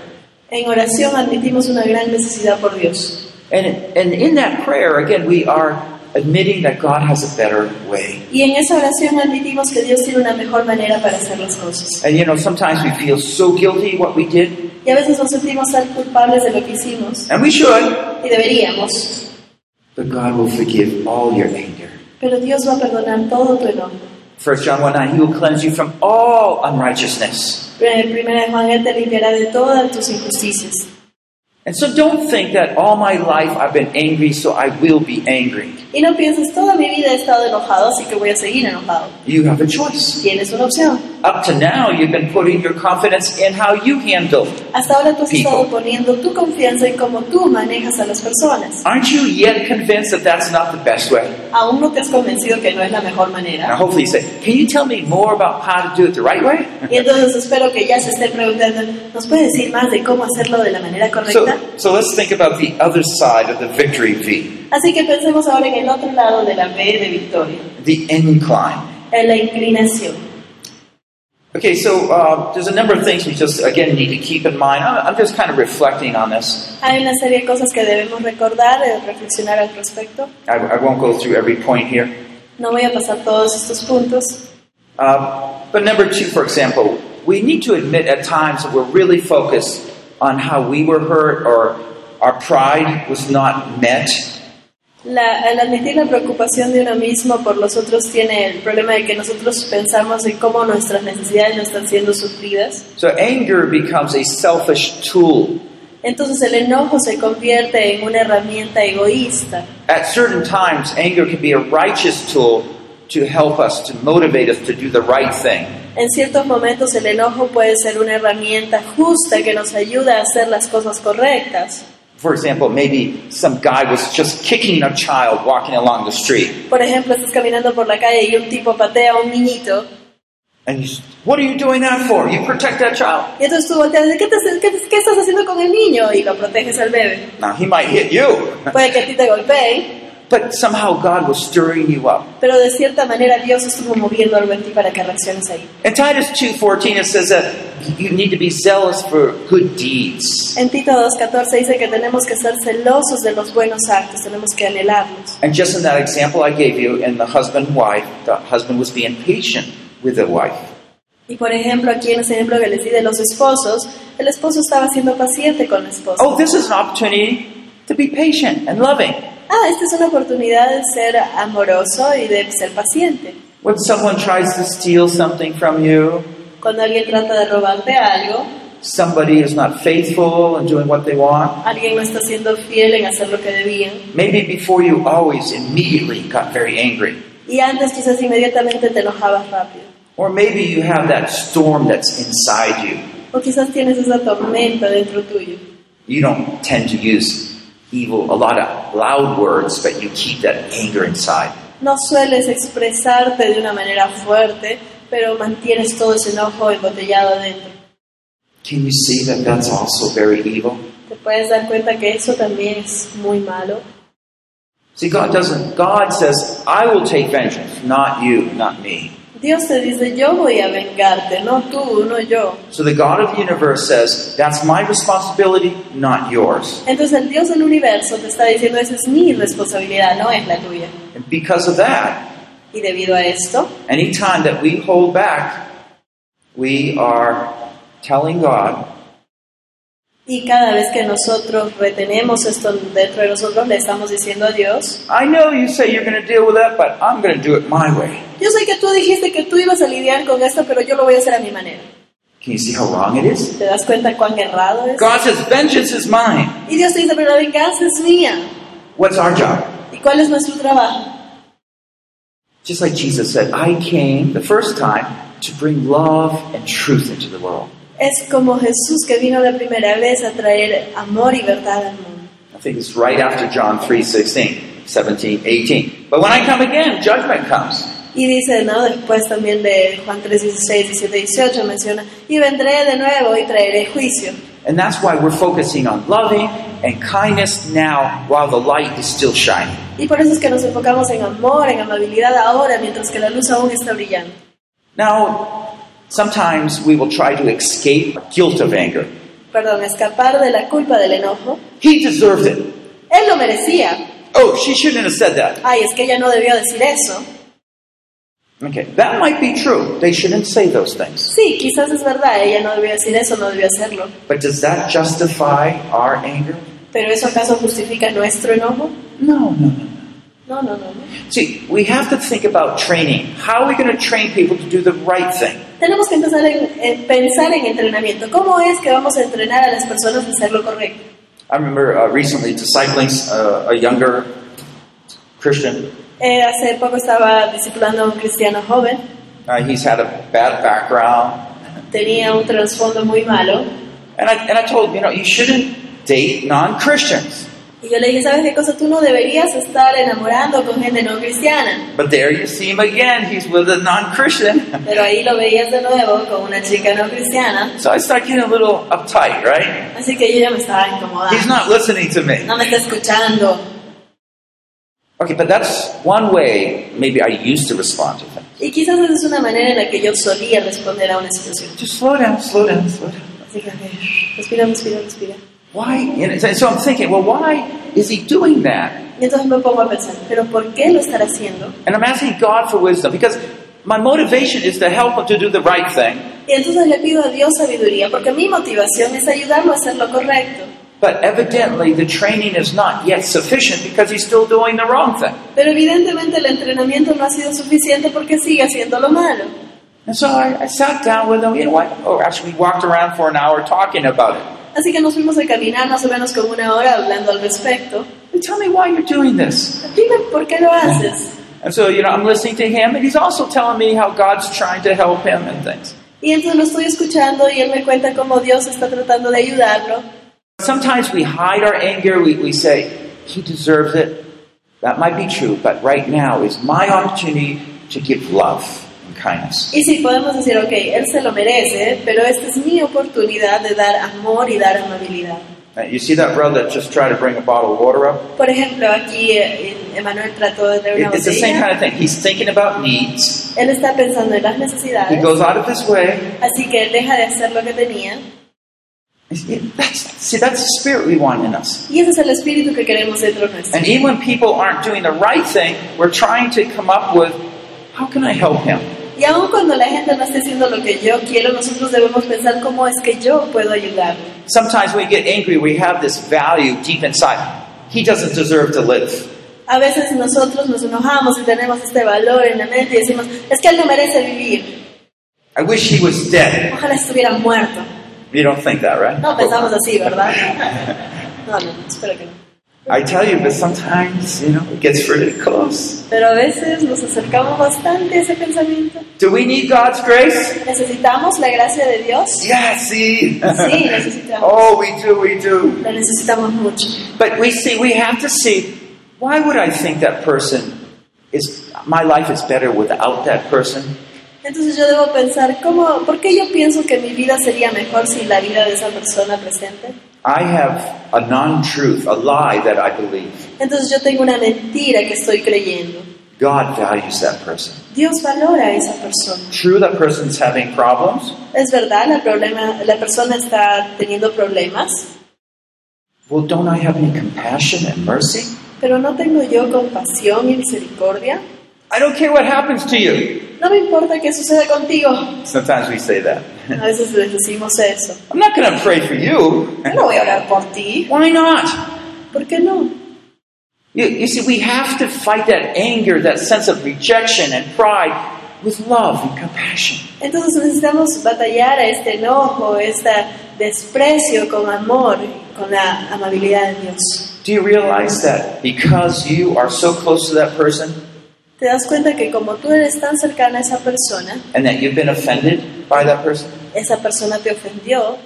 En oración admitimos una gran necesidad por Dios. And, and in that prayer, again, we are admitting that God has a better way. Y en esa oración admitimos que Dios tiene una mejor manera para hacer las cosas. And you know, sometimes we feel so guilty what we did, Y a veces nos sentimos tan culpables de lo que hicimos, and we should, y deberíamos, but God will forgive all your anger. pero Dios va a perdonar todo tu enojo. 1 John 1 9, He will cleanse you from all unrighteousness. En primera de Juan, Él te limpiará de todas tus injusticias. And so don't think that all my life I've been angry, so I will be angry. Y no pienses, toda mi vida he estado enojado, así que voy a seguir enojado. You have a choice. Tienes una opción. Up to now, you've been putting your confidence in how you handle. Hasta ahora tú has People. estado poniendo tu confianza en cómo tú manejas a las personas. Aren't you yet convinced that that's not the best way? Aún no te has convencido que no es la mejor manera. Now, hopefully, you say, Can you tell me more about how to do it the right way? Y entonces espero que ya se esté preguntando, ¿nos puede decir más de cómo hacerlo de la manera correcta? So, so let's think about the other side of the victory V Así que pensemos ahora en el otro lado de la B de victoria, the incline. en la inclinación. Okay, so uh, there's a number of things we just, again, need to keep in mind. I'm, I'm just kind of reflecting on this. Hay una serie de cosas que debemos recordar, eh, reflexionar al respecto. I, I won't go through every point here. No voy a pasar todos estos puntos. Uh, but number two, for example, we need to admit at times that we're really focused on how we were hurt or our pride was not met. La- el admitir la preocupación de uno mismo por los otros tiene el problema de que nosotros pensamos en cómo nuestras necesidades no están siendo sufridas. So anger becomes a selfish tool. Entonces el enojo se convierte en una herramienta egoísta. At certain times, anger can be a righteous tool to help us, to motivate us to do the right thing. En ciertos momentos el enojo puede ser una herramienta justa que nos ayuda a hacer las cosas correctas. For example, maybe some guy was just kicking a child walking along the street. Por ejemplo, estás caminando por la calle y un tipo patea a un niñito And you, s- what are you doing that for? You protect that child. y entonces tú volteas y dices, ¿qué, te haces- qué te- qué estás haciendo con el niño? Y lo proteges al bebé. Now, he might hit you. [laughs] Puede que a ti te golpeen, But somehow God was stirring you up. pero de cierta manera Dios estuvo moviendo algo en ti para que reacciones ahí. In Titus 2.14 it says that you need to be zealous for good deeds. En Tito 2.14 dice que tenemos que ser celosos de los buenos actos, tenemos que anhelarlos. And just in that example I gave you, in the husband-wife, the husband was being patient with the wife. Y por ejemplo, aquí en ese ejemplo que les di de los esposos, el esposo estaba siendo paciente con la esposa. Oh, this is an opportunity to be patient and loving. Ah, esta es una oportunidad de ser amoroso y de ser paciente. When someone tries to steal something from you, Cuando alguien trata de robarte algo, somebody is not faithful and doing what they want, alguien no está siendo fiel en hacer lo que debían, maybe before you always immediately got very angry. y antes quizás inmediatamente te enojabas rápido. Or maybe you have that storm that's inside you. O quizás tienes esa tormenta dentro tuyo. You don't tend to use evil, a lot of loud words, but you keep that anger inside. No sueles expresarte de una manera fuerte, pero mantienes todo ese enojo embotellado dentro. Can you see that that's also very evil? Te puedes dar cuenta que eso también es muy malo. See, God doesn't. God says, I will take vengeance, not you, not me. Dios te dice, yo voy a vengarte, no tú, no yo. So the God of the universe says, that's my responsibility, not yours. Entonces el Dios del universo te está diciendo, esa es mi responsabilidad, no es la tuya. And because of that, Y debido a esto, any time that we hold back, we are telling God, y cada vez que nosotros retenemos esto dentro de nosotros, le estamos diciendo a Dios, I know you say you're going to deal with that, but I'm going to do it my way. yo sé que tú dijiste que tú ibas a lidiar con esto, pero yo lo voy a hacer a mi manera. Can you see how wrong it is? ¿Te das cuenta cuán errado es? God says, vengeance is mine. Y Dios te dice, pero la venganza es mía. What's our job? ¿Y cuál es nuestro trabajo? Just like Jesus said, I came the first time to bring love and truth into the world. Es como Jesús que vino la primera vez a traer amor y verdad al mundo. I think it's right after John 3 16, 17, 18. But when I come again, judgment comes. Y dice, ¿no? Después también de Juan 3, 16, 17, 18 menciona, y vendré de nuevo y traeré juicio. And that's why we're focusing on loving and kindness now while the light is still shining. Y por eso es que nos enfocamos en amor, en amabilidad ahora, mientras que la luz aún está brillando. Now, sometimes we will try to escape guilt of anger. Perdón, escapar de la culpa del enojo. He deserved it. Él lo merecía. Oh, she shouldn't have said that. Ay, es que ella no debió decir eso. Okay, that might be true. They shouldn't say those things. Sí, quizás es verdad, ella no debió decir eso, no debió hacerlo. But does that justify our anger? ¿Pero eso acaso justifica nuestro enojo? No, no, no. No, no, no. no. See, we have to think about training. How are we going to train people to do the right thing? Tenemos que empezar en, en pensar en entrenamiento. ¿Cómo es que vamos a entrenar a las personas a hacer lo correcto? I remember uh, recently discipling uh, a younger Christian. Eh, hace poco estaba discipulando a un cristiano joven, Uh, he's had a bad background. tenía un trasfondo muy malo, And I, and I told him, you know, you shouldn't date non Christians. y yo le dije, ¿sabes qué cosa? Tú no deberías estar enamorando con gente no cristiana, But there you see him again. He's with a non Christian. pero ahí lo veías de nuevo con una chica no [laughs] cristiana, So I start getting a little uptight, right? así que yo ya me estaba He's incomodando, not listening to me. no me está escuchando. Okay, but that's one way maybe I used to respond to things. Y quizás esa es una manera en la que yo solía responder a una situación. Just slow down, slow down, slow down. Así que, a ver, respira, respira, respira. Why? And so- so I'm thinking, well, why is he doing that? Y entonces me pongo a pensar, ¿pero por qué lo estará haciendo? And I'm asking God for wisdom because my motivation is to help him to do the right thing. Y entonces le pido a Dios sabiduría, porque mi motivación es ayudarlo a hacer lo correcto. But evidently, the training is not yet sufficient because he's still doing the wrong thing. Pero evidentemente el entrenamiento no ha sido suficiente porque sigue haciendo lo malo. And so I, I sat down with him. You know what? Oh, actually, we walked around for an hour talking about it. Así que nos fuimos a caminar más o menos como una hora hablando al respecto. Well, Tell me why you're doing this. Dime por qué lo haces. And so, you know, I'm listening to him, and he's also telling me how God's trying to help him and things. Y entonces lo estoy escuchando y él me cuenta cómo Dios está tratando de ayudarlo. Sometimes we hide our anger. We, we say, he deserves it. That might be true, but right now is my opportunity to give love and kindness. Y sí, podemos decir, ok, él se lo merece, pero esta es mi oportunidad de dar amor y dar amabilidad. Uh, You see that brother that just tried to bring a bottle of water up? Por ejemplo, aquí eh, Emanuel trató de traer una It- It's the same kind botella. of thing. He's thinking about needs. Él está pensando en las He necesidades, goes out of his way. así que él deja de hacer lo que tenía. That's, see, that's the spirit we want in us. Y ese es el espíritu que queremos dentro nuestro. And even when people aren't doing the right thing, we're trying to come up with how can I help him? Y aun cuando la gente no esté haciendo lo que yo quiero, nosotros debemos pensar cómo es que yo puedo ayudarle. Sometimes when we get angry, we have this value deep inside. He doesn't deserve to live. A veces nosotros nos enojamos y tenemos este valor en la mente y decimos, es que él no merece vivir, I wish he was dead. ojalá estuviera muerto. You don't think that, right? No pensamos así, ¿verdad? No, no, no, espero que no. I tell you, but sometimes, you know, it gets really close. Pero a veces nos acercamos bastante a ese pensamiento. Do we need God's grace? ¿Necesitamos la gracia de Dios? Yeah, see? [laughs] Sí, necesitamos. oh, we do, we do. La necesitamos mucho. But we see, we have to see, why would I think that person is, my life is better without that person? Entonces yo debo pensar, ¿cómo, ¿por qué yo pienso que mi vida sería mejor sin la vida de esa persona presente? I have a non truth, a lie that I believe. Entonces yo tengo una mentira que estoy creyendo. God values that person. Dios valora a esa persona. True, that person's having problems. Es verdad, la, problema, la persona está teniendo problemas, Well, don't I have any compassion and mercy? pero no tengo yo compasión y misericordia. I don't care what happens to you. No me importa qué suceda contigo. Sometimes we say that. A veces les decimos eso. I'm not going to pray for you. Yo no voy a orar por ti. Why not? ¿Por qué no? You, you see, we have to fight that anger, that sense of rejection and pride with love and compassion. Entonces necesitamos batallar a este enojo, este desprecio con amor, con la amabilidad de Dios. Do you realize that because you are so close to that person ¿Te das cuenta que como tú eres tan cercana a esa persona, and that you've been offended by that person? esa persona te ofendió?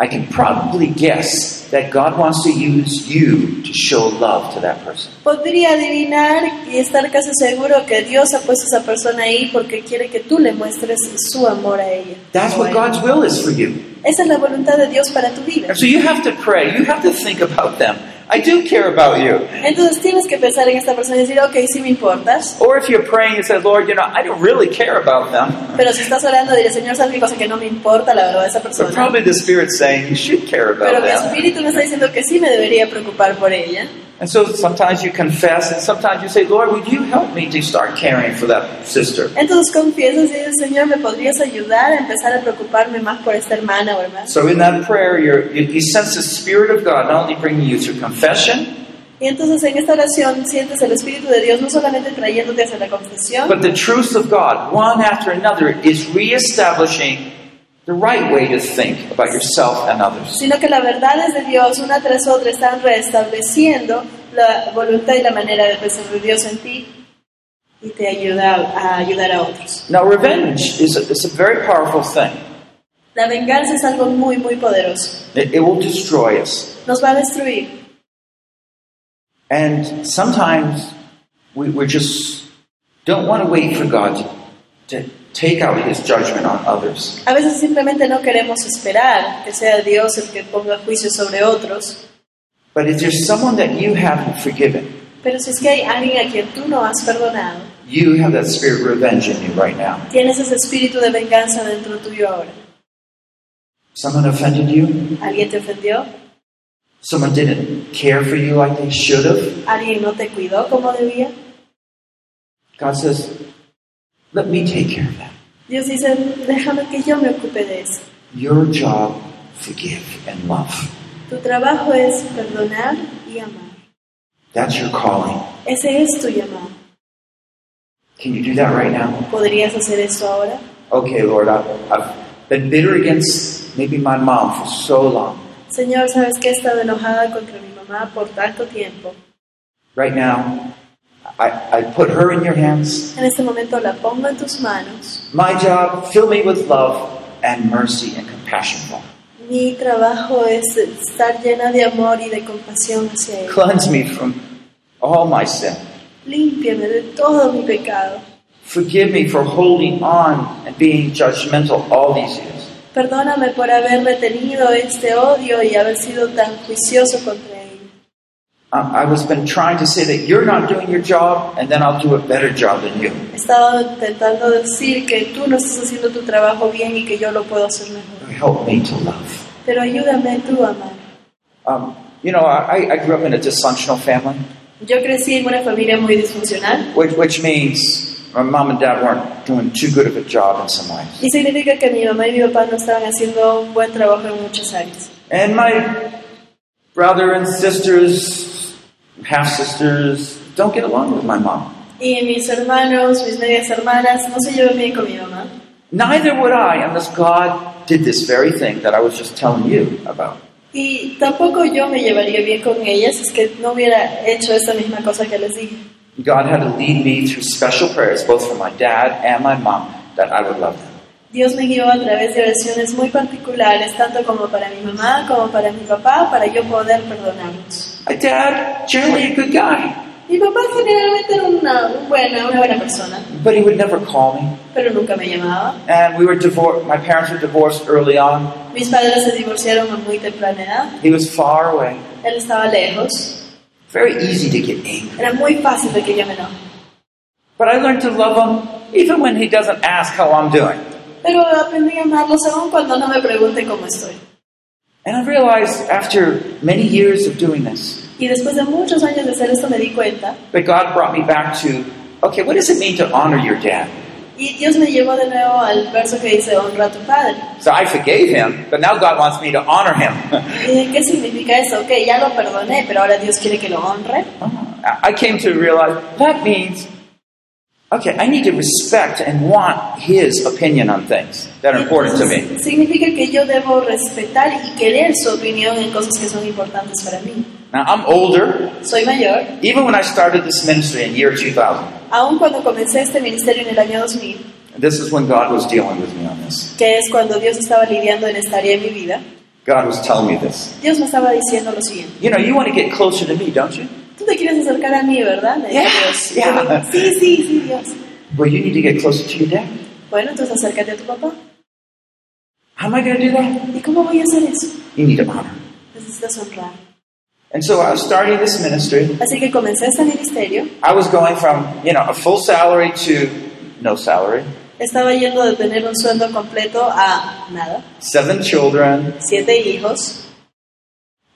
I can probably guess that God wants to use you to show love to that person. Podría adivinar y estar casi seguro que Dios ha puesto a esa persona ahí porque quiere que tú le muestres su amor a ella. That's what God's will is for you. Esa es la voluntad de Dios para tu vida. And so you have to pray. You have to think about them. I do care about you. Entonces tienes que pensar en esta persona y decir, ok, sí me importas, Or if you're praying and say, Lord, you know, I don't really care about them. pero si estás orando, diré, Señor, sabes mi cosa que no me importa la verdad de esa So persona. probably the Spirit's saying you should care Pero about mi them. espíritu me está diciendo que sí me debería preocupar por ella. And so sometimes you confess and sometimes you say, Lord, would you help me to start caring for that sister? Entonces confiesas y dices, Señor, ¿me podrías ayudar a empezar a preocuparme más por esta hermana o hermano? So in that prayer, you're, you, you sense the Spirit of God not only bringing you through confession, Y entonces en esta oración sientes el Espíritu de Dios no solamente trayéndote hacia la confesión, But the truths of God, one after another, is reestablishing the right way to think about yourself and others. sino que las verdades de Dios una tras otra están restableciendo la voluntad y la manera de preservar Dios en ti y te ayuda a ayudar a otros. Now, revenge is a, is a very powerful thing. La venganza es algo muy, muy poderoso. It, it will destroy us. Nos va a destruir. And sometimes we, we just don't want to wait for God to, to take out his judgment on others. A veces simplemente no queremos esperar que sea Dios el que ponga juicio sobre otros. But if there's someone that you haven't forgiven, Pero si es que hay alguien a quien tú no has perdonado, you have that spirit of revenge in you right now. tienes ese espíritu de venganza dentro tuyo ahora. Someone offended you, ¿Alguien te ofendió? someone didn't care for you like they should have. ¿Alguien no te cuidó como debía? God says, Let me take care of that. Dios dice, déjame que yo me ocupe de eso. Your job, forgive and love. Tu trabajo es perdonar y amar. That's your calling. Ese es tu llamado. Can you do that right now? ¿Podrías hacer esto ahora? Okay, Lord, I've, I've been bitter against maybe my mom for so long. Señor, sabes que he estado enojada contra mi mamá por tanto tiempo. Right now, I, I put her in your hands. En este momento la pongo en tus manos. My job, fill me with love and mercy and compassion. Lord. Mi trabajo es estar llena de amor y de compasión hacia ella. Cleanse me from all my sin. Límpiame de todo mi pecado. Forgive me for holding on and being judgmental all these years. Perdóname por haber retenido este odio y haber sido tan juicioso contra ella. I, I was been trying to say that you're not doing your job, and then I'll do a better job than you. He estado intentando decir que tú no estás haciendo tu trabajo bien y que yo lo puedo hacer mejor. Help me to love. Pero ayúdame tú a amar. Um, you know, I, I grew up in a dysfunctional family, Yo crecí en una familia muy disfuncional which, which means my mom and dad weren't doing too good of a job in some ways. y significa que mi mamá y mi papá no estaban haciendo un buen trabajo en muchas áreas. And my brother and sisters, half sisters, don't get along with my mom. Y mis hermanos, mis medias hermanas, no se llevan bien con mi mamá. Neither would I unless God did this very thing that I was just telling you about. Y tampoco yo me llevaría bien con ellas, es que no hubiera hecho esa misma cosa que les dije. God had to lead me through special prayers, both for my dad and my mom, that I would love them. Dios me guió a través de oraciones muy particulares, tanto como para mi mamá, como para mi papá, para yo poder perdonarlos. My dad, generally a good guy, Mi papá generalmente era una, un buena, una buena persona, but he would never call me. pero nunca me llamaba. And we were divorced. My parents were divorced early on. Mis padres se divorciaron a muy temprana edad, He was far away. él estaba lejos, Very easy to get angry. era muy fácil de que yo me enoje. But I learned to love him even when he doesn't ask how I'm doing. Pero aprendí a amarlos aún cuando no me pregunten cómo estoy. And I realized after many years of doing this Y después de muchos años de hacer esto me di cuenta, that God brought me back to okay, what does it mean to honor your dad? y Dios me llevó de nuevo al verso que dice, honra a tu padre. So I forgave him, but now God wants me to honor him. [laughs] Y dije, ¿Qué significa eso? Ok, ya lo perdoné, pero ahora Dios quiere que lo honre. Oh, I I came to realize that means okay, I need to respect and want his opinion on things that are important to me. Entonces, significa que yo debo respetar y querer su opinión en cosas que son importantes para mí. Now I'm older. Soy mayor, Even when I started this ministry in year 2000, aún cuando comencé este ministerio en el año 2000, this is when God was dealing with me on this. que es cuando Dios estaba lidiando en esta área de mi vida, God was telling me this. Dios me estaba diciendo lo siguiente. You know, you want to get closer to me, don't you? Tú te quieres acercar a mí, ¿verdad? Me dijo Yes, Dios. Yo yeah. digo, Sí, sí, sí, Dios. Well, you need to get closer to your dad. Bueno, entonces acércate a tu papá. How am I going to do that? ¿Y cómo voy a hacer eso? You need to honor. Necesitas honrar. And so I was starting this ministry. Así que comencé este ministerio. I was going from, you know, a full salary to no salary, Estaba yendo de tener un sueldo completo a nada. seven children, Siete hijos.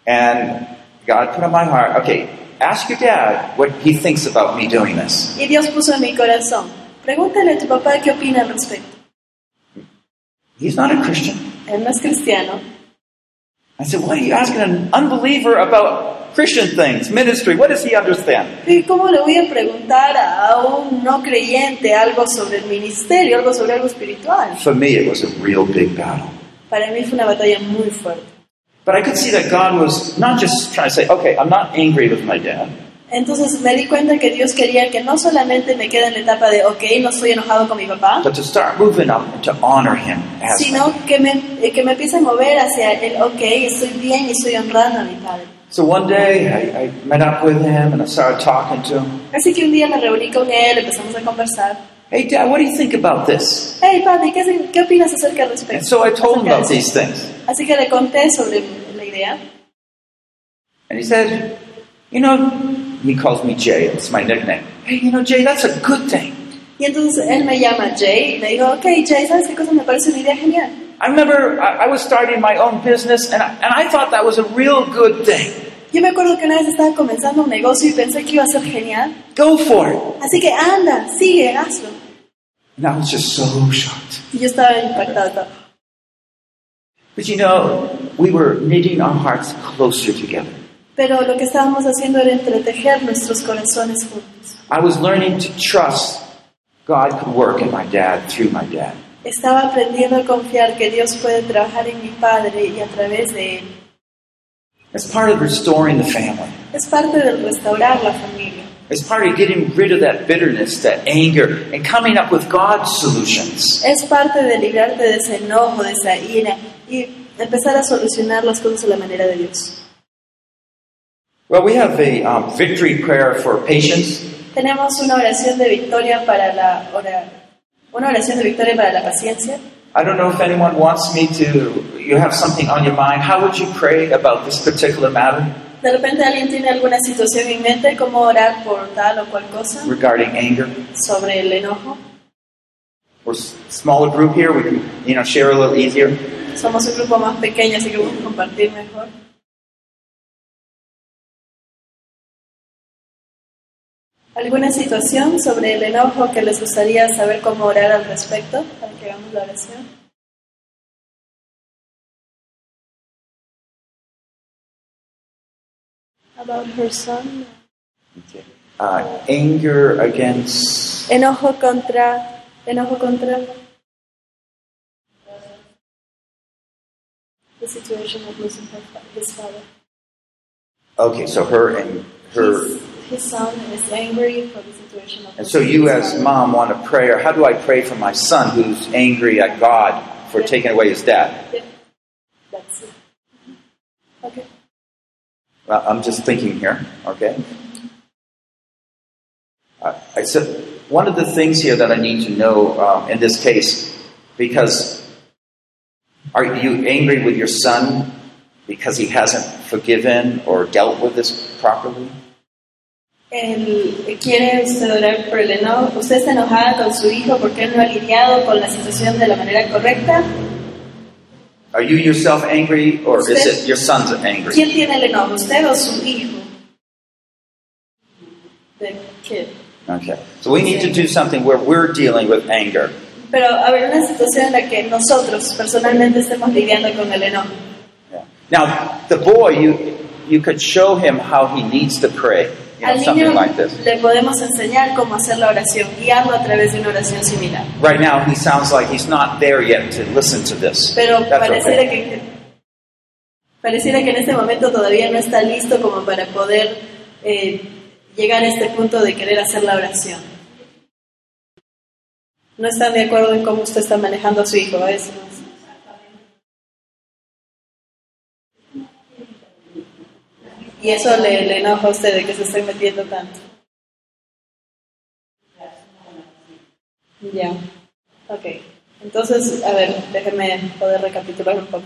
and God put on my heart, okay, ask your dad what he thinks about me doing this. Y Dios puso en mi corazón. Pregúntale a tu papá qué opina al respecto. He's not a Christian. Él no es cristiano. I said, what are you asking an unbeliever about Christian things, ministry? What does he understand? ¿Y cómo le voy a preguntar a un no creyente algo sobre el ministerio, algo sobre algo espiritual? For me, it was a real big battle. Para mí fue una batalla muy fuerte. But I could see that God was not just trying to say, okay, I'm not angry with my dad. Entonces me di cuenta que Dios quería que no solamente me quede en la etapa de, ok, no estoy enojado con mi papá, but to start moving up to honor Him as sino que me, eh, que me empiece a mover hacia el, ok, estoy bien y estoy honrando a mi padre. So one day I, I met up with him and I started talking to him. Así que un día me reuní con él, empezamos a conversar. Hey, Dad, what do you think about this? Hey, papi, ¿qué, qué opinas acerca al respecto? And so I told him Acerca de about eso. these things. Así que le conté sobre la idea. And he said, You know, he calls me Jay, it's my nickname. Hey, you know, Jay, that's a good thing. Y entonces él me llama Jay y le digo, ok, Jay, ¿sabes qué cosa me parece una idea genial? I remember I, I was starting my own business and I, and I thought that was a real good thing. Yo me acuerdo que una vez estaba comenzando un negocio y pensé que iba a ser genial. Go for it. Así que anda, sigue, hazlo. And I was just so shocked. Y yo estaba impactada. But you know, we were knitting our hearts closer together. Pero lo que estábamos haciendo era entretejer nuestros corazones juntos. I was learning to trust God could work in my dad through my dad. Estaba aprendiendo a confiar que Dios puede trabajar en mi padre y a través de él. It's part of restoring the family. Es parte del restaurar la familia. It's part of getting rid of that bitterness, that anger, and coming up with God's solutions. Es parte de librarte de ese enojo, de esa ira y empezar a solucionar las cosas de la manera de Dios. Well, we have a um, victory prayer for patience, Tenemos una oración de victoria para la ora- una oración de victoria para la paciencia. I don't know if anyone wants me to. You have something on your mind. How would you pray about this particular matter De repente alguien tiene alguna situación en mente, cómo orar por tal o cual cosa regarding anger? sobre el enojo. We're a smaller group here. We can, you know, share a little easier. Somos un grupo más pequeño, así que vamos a compartir mejor. ¿Alguna situación sobre el enojo que les gustaría saber cómo orar al respecto para que hagamos la oración? About her son. Okay. Uh, anger against Enojo contra. Enojo contra. The situation of losing her, fa- his father. okay, so her and her. His, his son is angry for the situation of And so losing you, his as father. mom, want a prayer. How do I pray for my son who's angry at God for taking away his dad? Yeah. That's it. Okay. Well, Uh, I'm just thinking here. Okay. I, I said one of the things here that I need to know um, in this case, because are you angry with your son because he hasn't forgiven or dealt with this properly? El- ¿Quiere usted orar por el enojo? ¿Usted está enojada con su hijo porque él no ha lidiado con la situación de la manera correcta? Are you yourself angry, or is Yes. it your son's angry? ¿Quién tiene el enojo, usted o su hijo? The kid. Okay. So we need to do something where we're dealing with anger. Pero habrá una situación en la que nosotros personalmente estemos lidiando con el enojo. Yeah. Now, the boy, you you could show him how he needs to pray, you know, Al niño something like this. le podemos enseñar cómo hacer la oración, guiarlo a través de una oración similar. Right now, he sounds like he's not there yet to listen to this. Pero That's pareciera okay. que pareciera que en este momento todavía no está listo como para poder eh, llegar a este punto de querer hacer la oración. No están de acuerdo en cómo usted está manejando a su hijo, eso. Y eso le, le enoja a usted de que se esté metiendo tanto. Ya. Ok, entonces, a ver, déjeme poder recapitular un poco.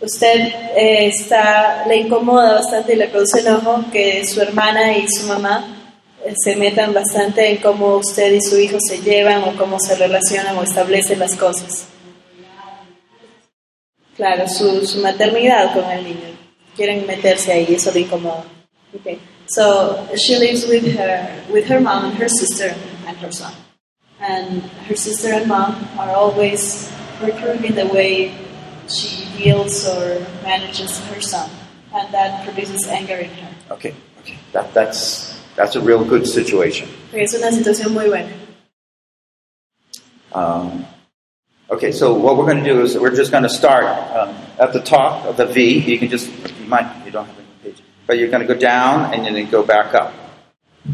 Usted eh, está, le incomoda bastante y le produce enojo que su hermana y su mamá eh, se metan bastante en cómo usted y su hijo se llevan o cómo se relacionan o establecen las cosas. Claro, su, su maternidad con el niño. Quieren meterse ahí, eso le incomoda. Okay. So, she lives with her, with her mom and her sister and her son. and her sister and mom are always reproving the way she deals or manages her son, and that produces anger in her. Okay. Okay. That, that's that's a real good situation. Es una situación muy buena. Um, okay. So what we're going to do is we're just going to start um, at the top of the V. You can just you might you don't have any page, but you're going to go down and then go back up.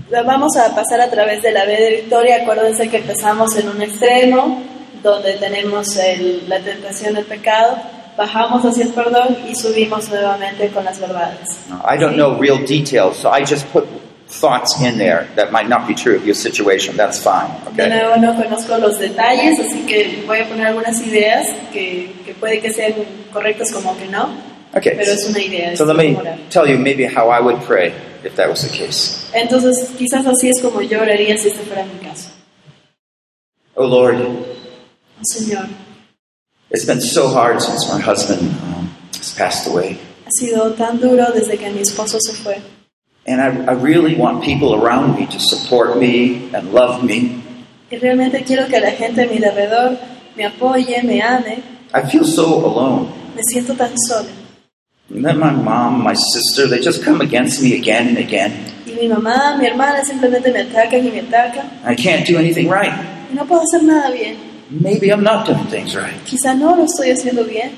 Vamos a pasar a través de la B de victoria. Acuérdense que empezamos en un extremo donde tenemos el- la tentación del pecado, bajamos hacia el perdón y subimos nuevamente con las verdades. I don't know real details, so I just put thoughts in there that might not be true of your situation. That's fine. De Okay. nuevo no conozco los detalles, así que voy a poner algunas ideas que, que puede que sean correctas como que no, pero Okay. es una idea. es So let me como orar. tell you maybe how I would pray if that was the case. Entonces quizás así es como yo oraría si este fuera mi caso. Oh Lord, Oh, Señor, it's been so hard since my husband um, has passed away. ha sido tan duro desde que mi esposo se fue. And I, I really want people around me to support me and love me. Y realmente quiero que la gente a mi alrededor me apoye, me ame. I feel so alone. Me siento tan sola. And then my mom, my sister, they just come against me again and again. Y mi mamá, mi hermana simplemente me atacan y me atacan. I can't do anything right. Y no puedo hacer nada bien. Maybe I'm not doing things right. Quizá no lo estoy haciendo bien.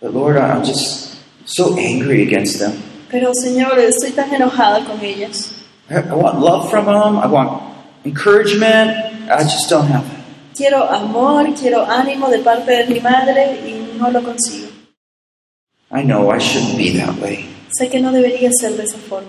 But Lord, I'm just so angry against them. Pero Señor, estoy tan enojada con ellos. I, I want love from them. I want encouragement. I just don't have it. Quiero amor, quiero ánimo de parte de mi madre y no lo consigo. I know I shouldn't be that way. Sé que no debería ser de esa forma.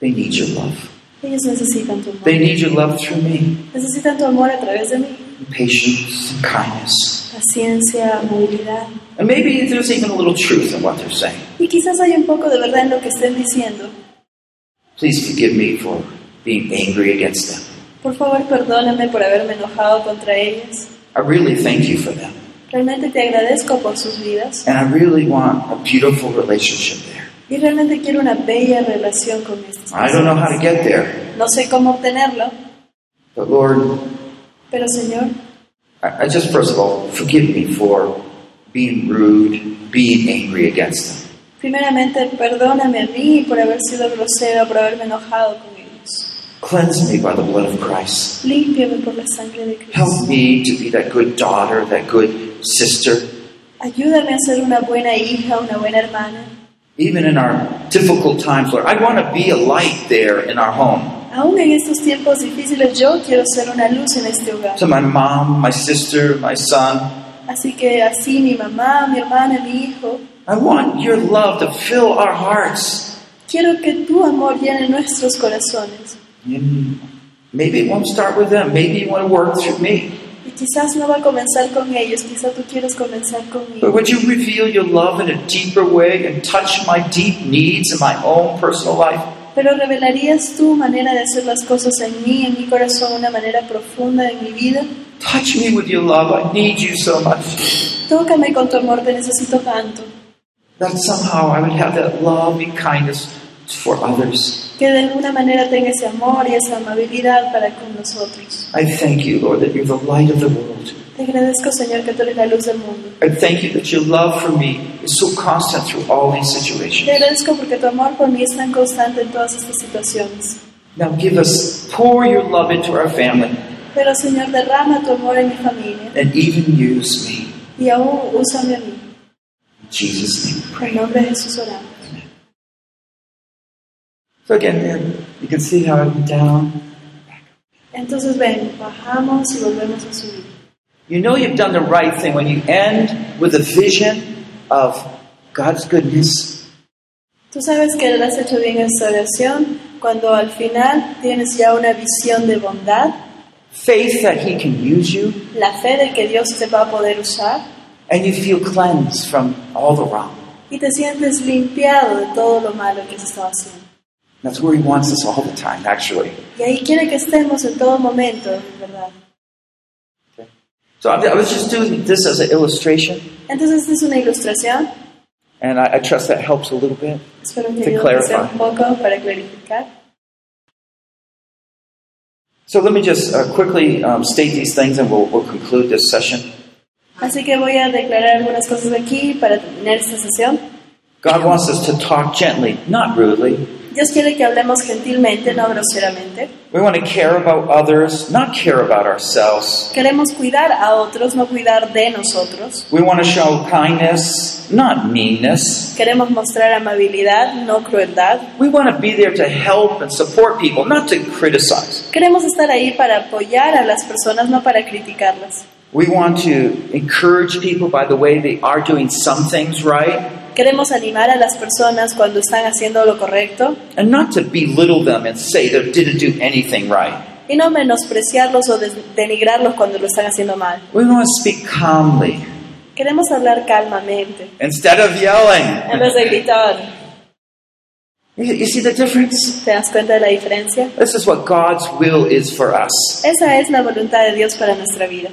They need your love. Ellos necesitan tu They amor. need your love through me. Necesitan tu amor a través de mí. Patience and kindness. Paciencia, amabilidad. And maybe there's even a little truth in what they're saying. Y quizás hay un poco de verdad en lo que estén diciendo. Please forgive me for being angry against them. Por favor, perdóname por haberme enojado contra ellas. I really thank you for them. Realmente te agradezco por sus vidas And I really want a beautiful relationship there. y realmente quiero una bella relación con estas I don't know how to personas. get there, No sé cómo obtenerlo, but Lord, pero Señor, I, I just, first of all, forgive me for being rude, being angry against them. primeramente perdóname a mí por haber sido grosero, por haberme enojado con ellos. Cleanse me by the blood of Christ. Límpiame por la sangre de Help Cristo. me to be that good daughter, that good sister, Ayúdame a ser una buena hija, una buena hermana. even in our difficult times, Lord. I want to be a light there in our home Aún en estos tiempos difíciles yo quiero ser una luz en este hogar. to my mom, my sister, my son. Así que así mi mamá, mi hermana, mi hijo, I want your love to fill our hearts. quiero que tu amor llene nuestros corazones. And maybe it won't start with them. Maybe you want to work through me. Y quizás no va a comenzar con ellos, quizás tú quieres comenzar But conmigo. would you reveal your love in a deeper way and touch my deep needs in my own personal life? Pero revelarías tu manera de hacer las cosas en mí, en mi corazón, una manera profunda en mi vida. Touch me with your love. I need you so much. Tócame con tu amor, te necesito tanto. That somehow I would have that love and kindness for others. Que de alguna manera tenga ese amor y esa amabilidad para con nosotros. I thank you, Lord, that you're the light of the world. Te agradezco, Señor, que tú eres la luz del mundo. I thank you that your love for me is so constant through all these Te situations. agradezco porque tu amor por mí es tan constante en todas estas situaciones. Now give us, pour your love into our family Pero, Señor, derrama tu amor en mi familia and even use me. y aún úsame a mí. In Jesus' name. we En el pray. nombre de Jesús oramos. So again, man, you can see how I'm down. Entonces ven, bajamos y volvemos a subir. You know you've done the right thing when you end with a vision of God's goodness. Tú sabes que lo has hecho bien en esta oración cuando al final tienes ya una visión de bondad, Faith that He can use you, la fe de que Dios te va a poder usar and you feel cleansed from all the wrong. y te sientes limpiado de todo lo malo que has estado haciendo. That's where He wants us all the time, actually. Y ahí quiere que estemos en todo momento, en verdad. So I I was just doing this as an illustration, Entonces esta es una ilustración, and I, I trust that helps a little bit. espero que To Dios te sea clarify. un poco para clarificar. So let me just uh, quickly um, state these things, and we'll, we'll conclude this session. Así que voy a declarar algunas cosas aquí para terminar esta sesión. God wants us to talk gently, not rudely. Dios quiere que hablemos gentilmente, no groseramente. We want to care about others, not care about ourselves. Queremos cuidar a otros, no cuidar de nosotros. We want to show kindness, not meanness. Queremos mostrar amabilidad, no crueldad. We want to be there to help and support people, not to criticize. Queremos estar ahí para apoyar a las personas, no para criticarlas. We want to encourage people by the way they are doing some things right Queremos animar a las personas cuando están haciendo lo correcto and not to belittle them and say they didn't do anything right. y no menospreciarlos o des- denigrarlos cuando lo están haciendo mal. We want to speak calmly Queremos hablar calmamente, instead of en yelling. vez de gritar. You you see the difference? ¿Te das cuenta de la diferencia? This is what God's will is for us. Esa es la voluntad de Dios para nuestra vida.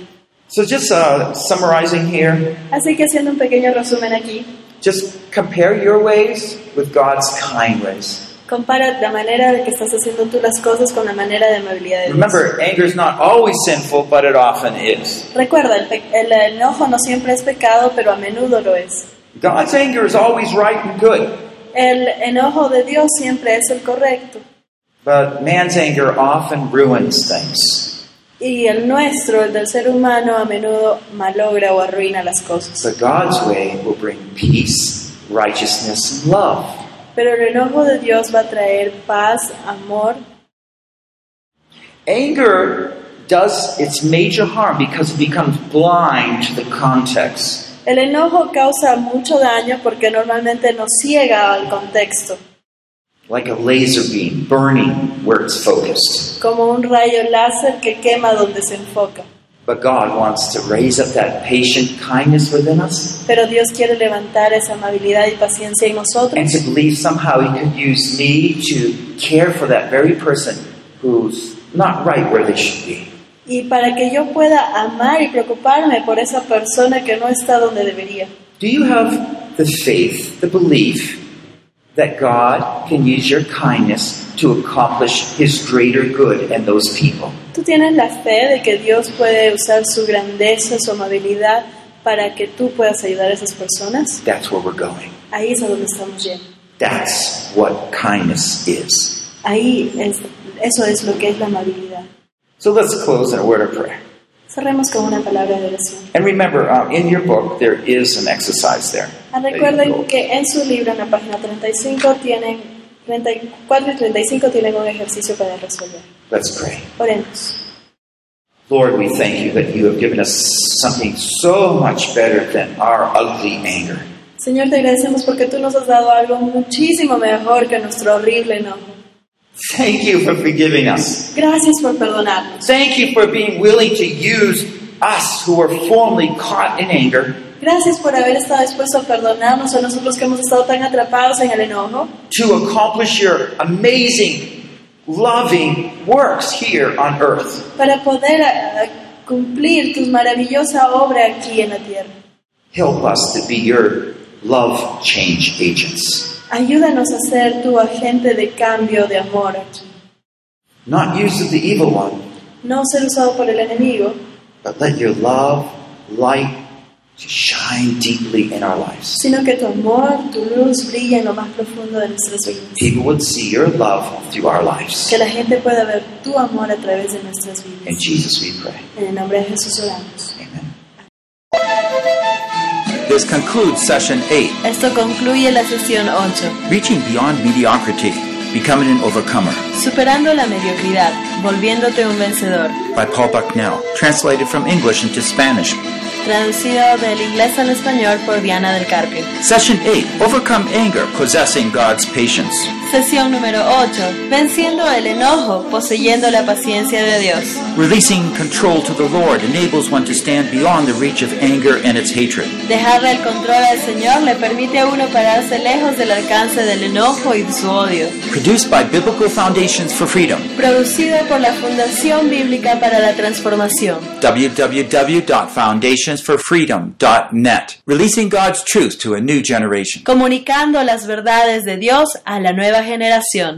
So, just uh, summarizing here, Así que haciendo un pequeño resumen aquí, just compare your ways with God's kind ways. compara la manera de que estás haciendo tú las cosas con la manera de amabilidad de Dios. Remember, anger is not always sinful, but it often is. Recuerda, el, pe- el enojo no siempre es pecado, pero a menudo lo es. God's anger is always right and good, El enojo de Dios siempre es el correcto. but man's anger often ruins things. Y el nuestro, el del ser humano, a menudo malogra o arruina las cosas. But God's way will bring peace, righteousness, and love. Pero el enojo de Dios va a traer paz, amor. Anger does its major harm because it becomes blind to the context. El enojo causa mucho daño porque normalmente nos ciega al contexto, Like a laser beam burning where it's focused. como un rayo láser que quema donde se enfoca. But God wants to raise up that patient kindness within us Pero Dios quiere levantar esa amabilidad y paciencia en and nosotros to believe somehow He could use me to care for that very person who's not right where they should be. y para que yo pueda amar y preocuparme por esa persona que no está donde debería. Do you have the faith, the belief that God can use your kindness to accomplish His greater good and those people? ¿Tú tienes la fe de que Dios puede usar su grandeza, su amabilidad para que tú puedas ayudar a esas personas? That's where we're going. Ahí es a donde estamos yendo. That's what kindness is. Ahí es, eso es lo que es la amabilidad. So let's close in a word of prayer. Cerremos con una palabra de oración. And remember, um, in your book, there is an exercise there. Ah, that you can go Recuerden que en su libro, en la página 35, tienen 34 y 35 tienen un ejercicio para resolver. Let's pray. Oremos. Lord, we thank you that you have given us something so much better than our ugly anger. Señor, te agradecemos porque tú nos has dado algo muchísimo mejor que nuestro horrible enojo. Thank you for forgiving us. Gracias por perdonarnos. Thank you for being willing to use us who were formerly caught in anger Gracias por haber estado dispuesto a perdonarnos a nosotros que hemos estado tan atrapados en el enojo to accomplish your amazing, loving works here on earth. para poder a- a cumplir tu maravillosa obra aquí en la tierra. Help us to be your love change agents. Ayúdanos a ser tu agente de cambio de amor aquí. Not used of the evil one, No ser usado por el enemigo, but let your love, light, shine deeply in our lives. sino que tu amor, tu luz brille en lo más profundo de nuestras vidas. people would see your love through our lives. Que la gente pueda ver tu amor a través de nuestras vidas. In Jesus we pray. En el nombre de Jesús oramos. Amen. This concludes session 8 Esto concluye la sesión 8. Reaching Beyond Mediocrity Becoming an Overcomer Superando la mediocridad, volviéndote un vencedor. by Paul Bucknell, translated from English into Spanish. Traducido del inglés al español por Diana del Carpio. Session 8 Overcome Anger Possessing God's Patience. Sesión número 8. Venciendo el enojo, poseyendo la paciencia de Dios. Releasing control to the Lord enables one to stand beyond the reach of anger and its hatred. Dejarle el control al Señor le permite a uno pararse lejos del alcance del enojo y de su odio. Produced by Biblical Foundations for Freedom. Producido por la Fundación Bíblica para la Transformación. www.foundationsforfreedom.net. Releasing God's truth to a new generation. Comunicando las verdades de Dios a la nueva generación.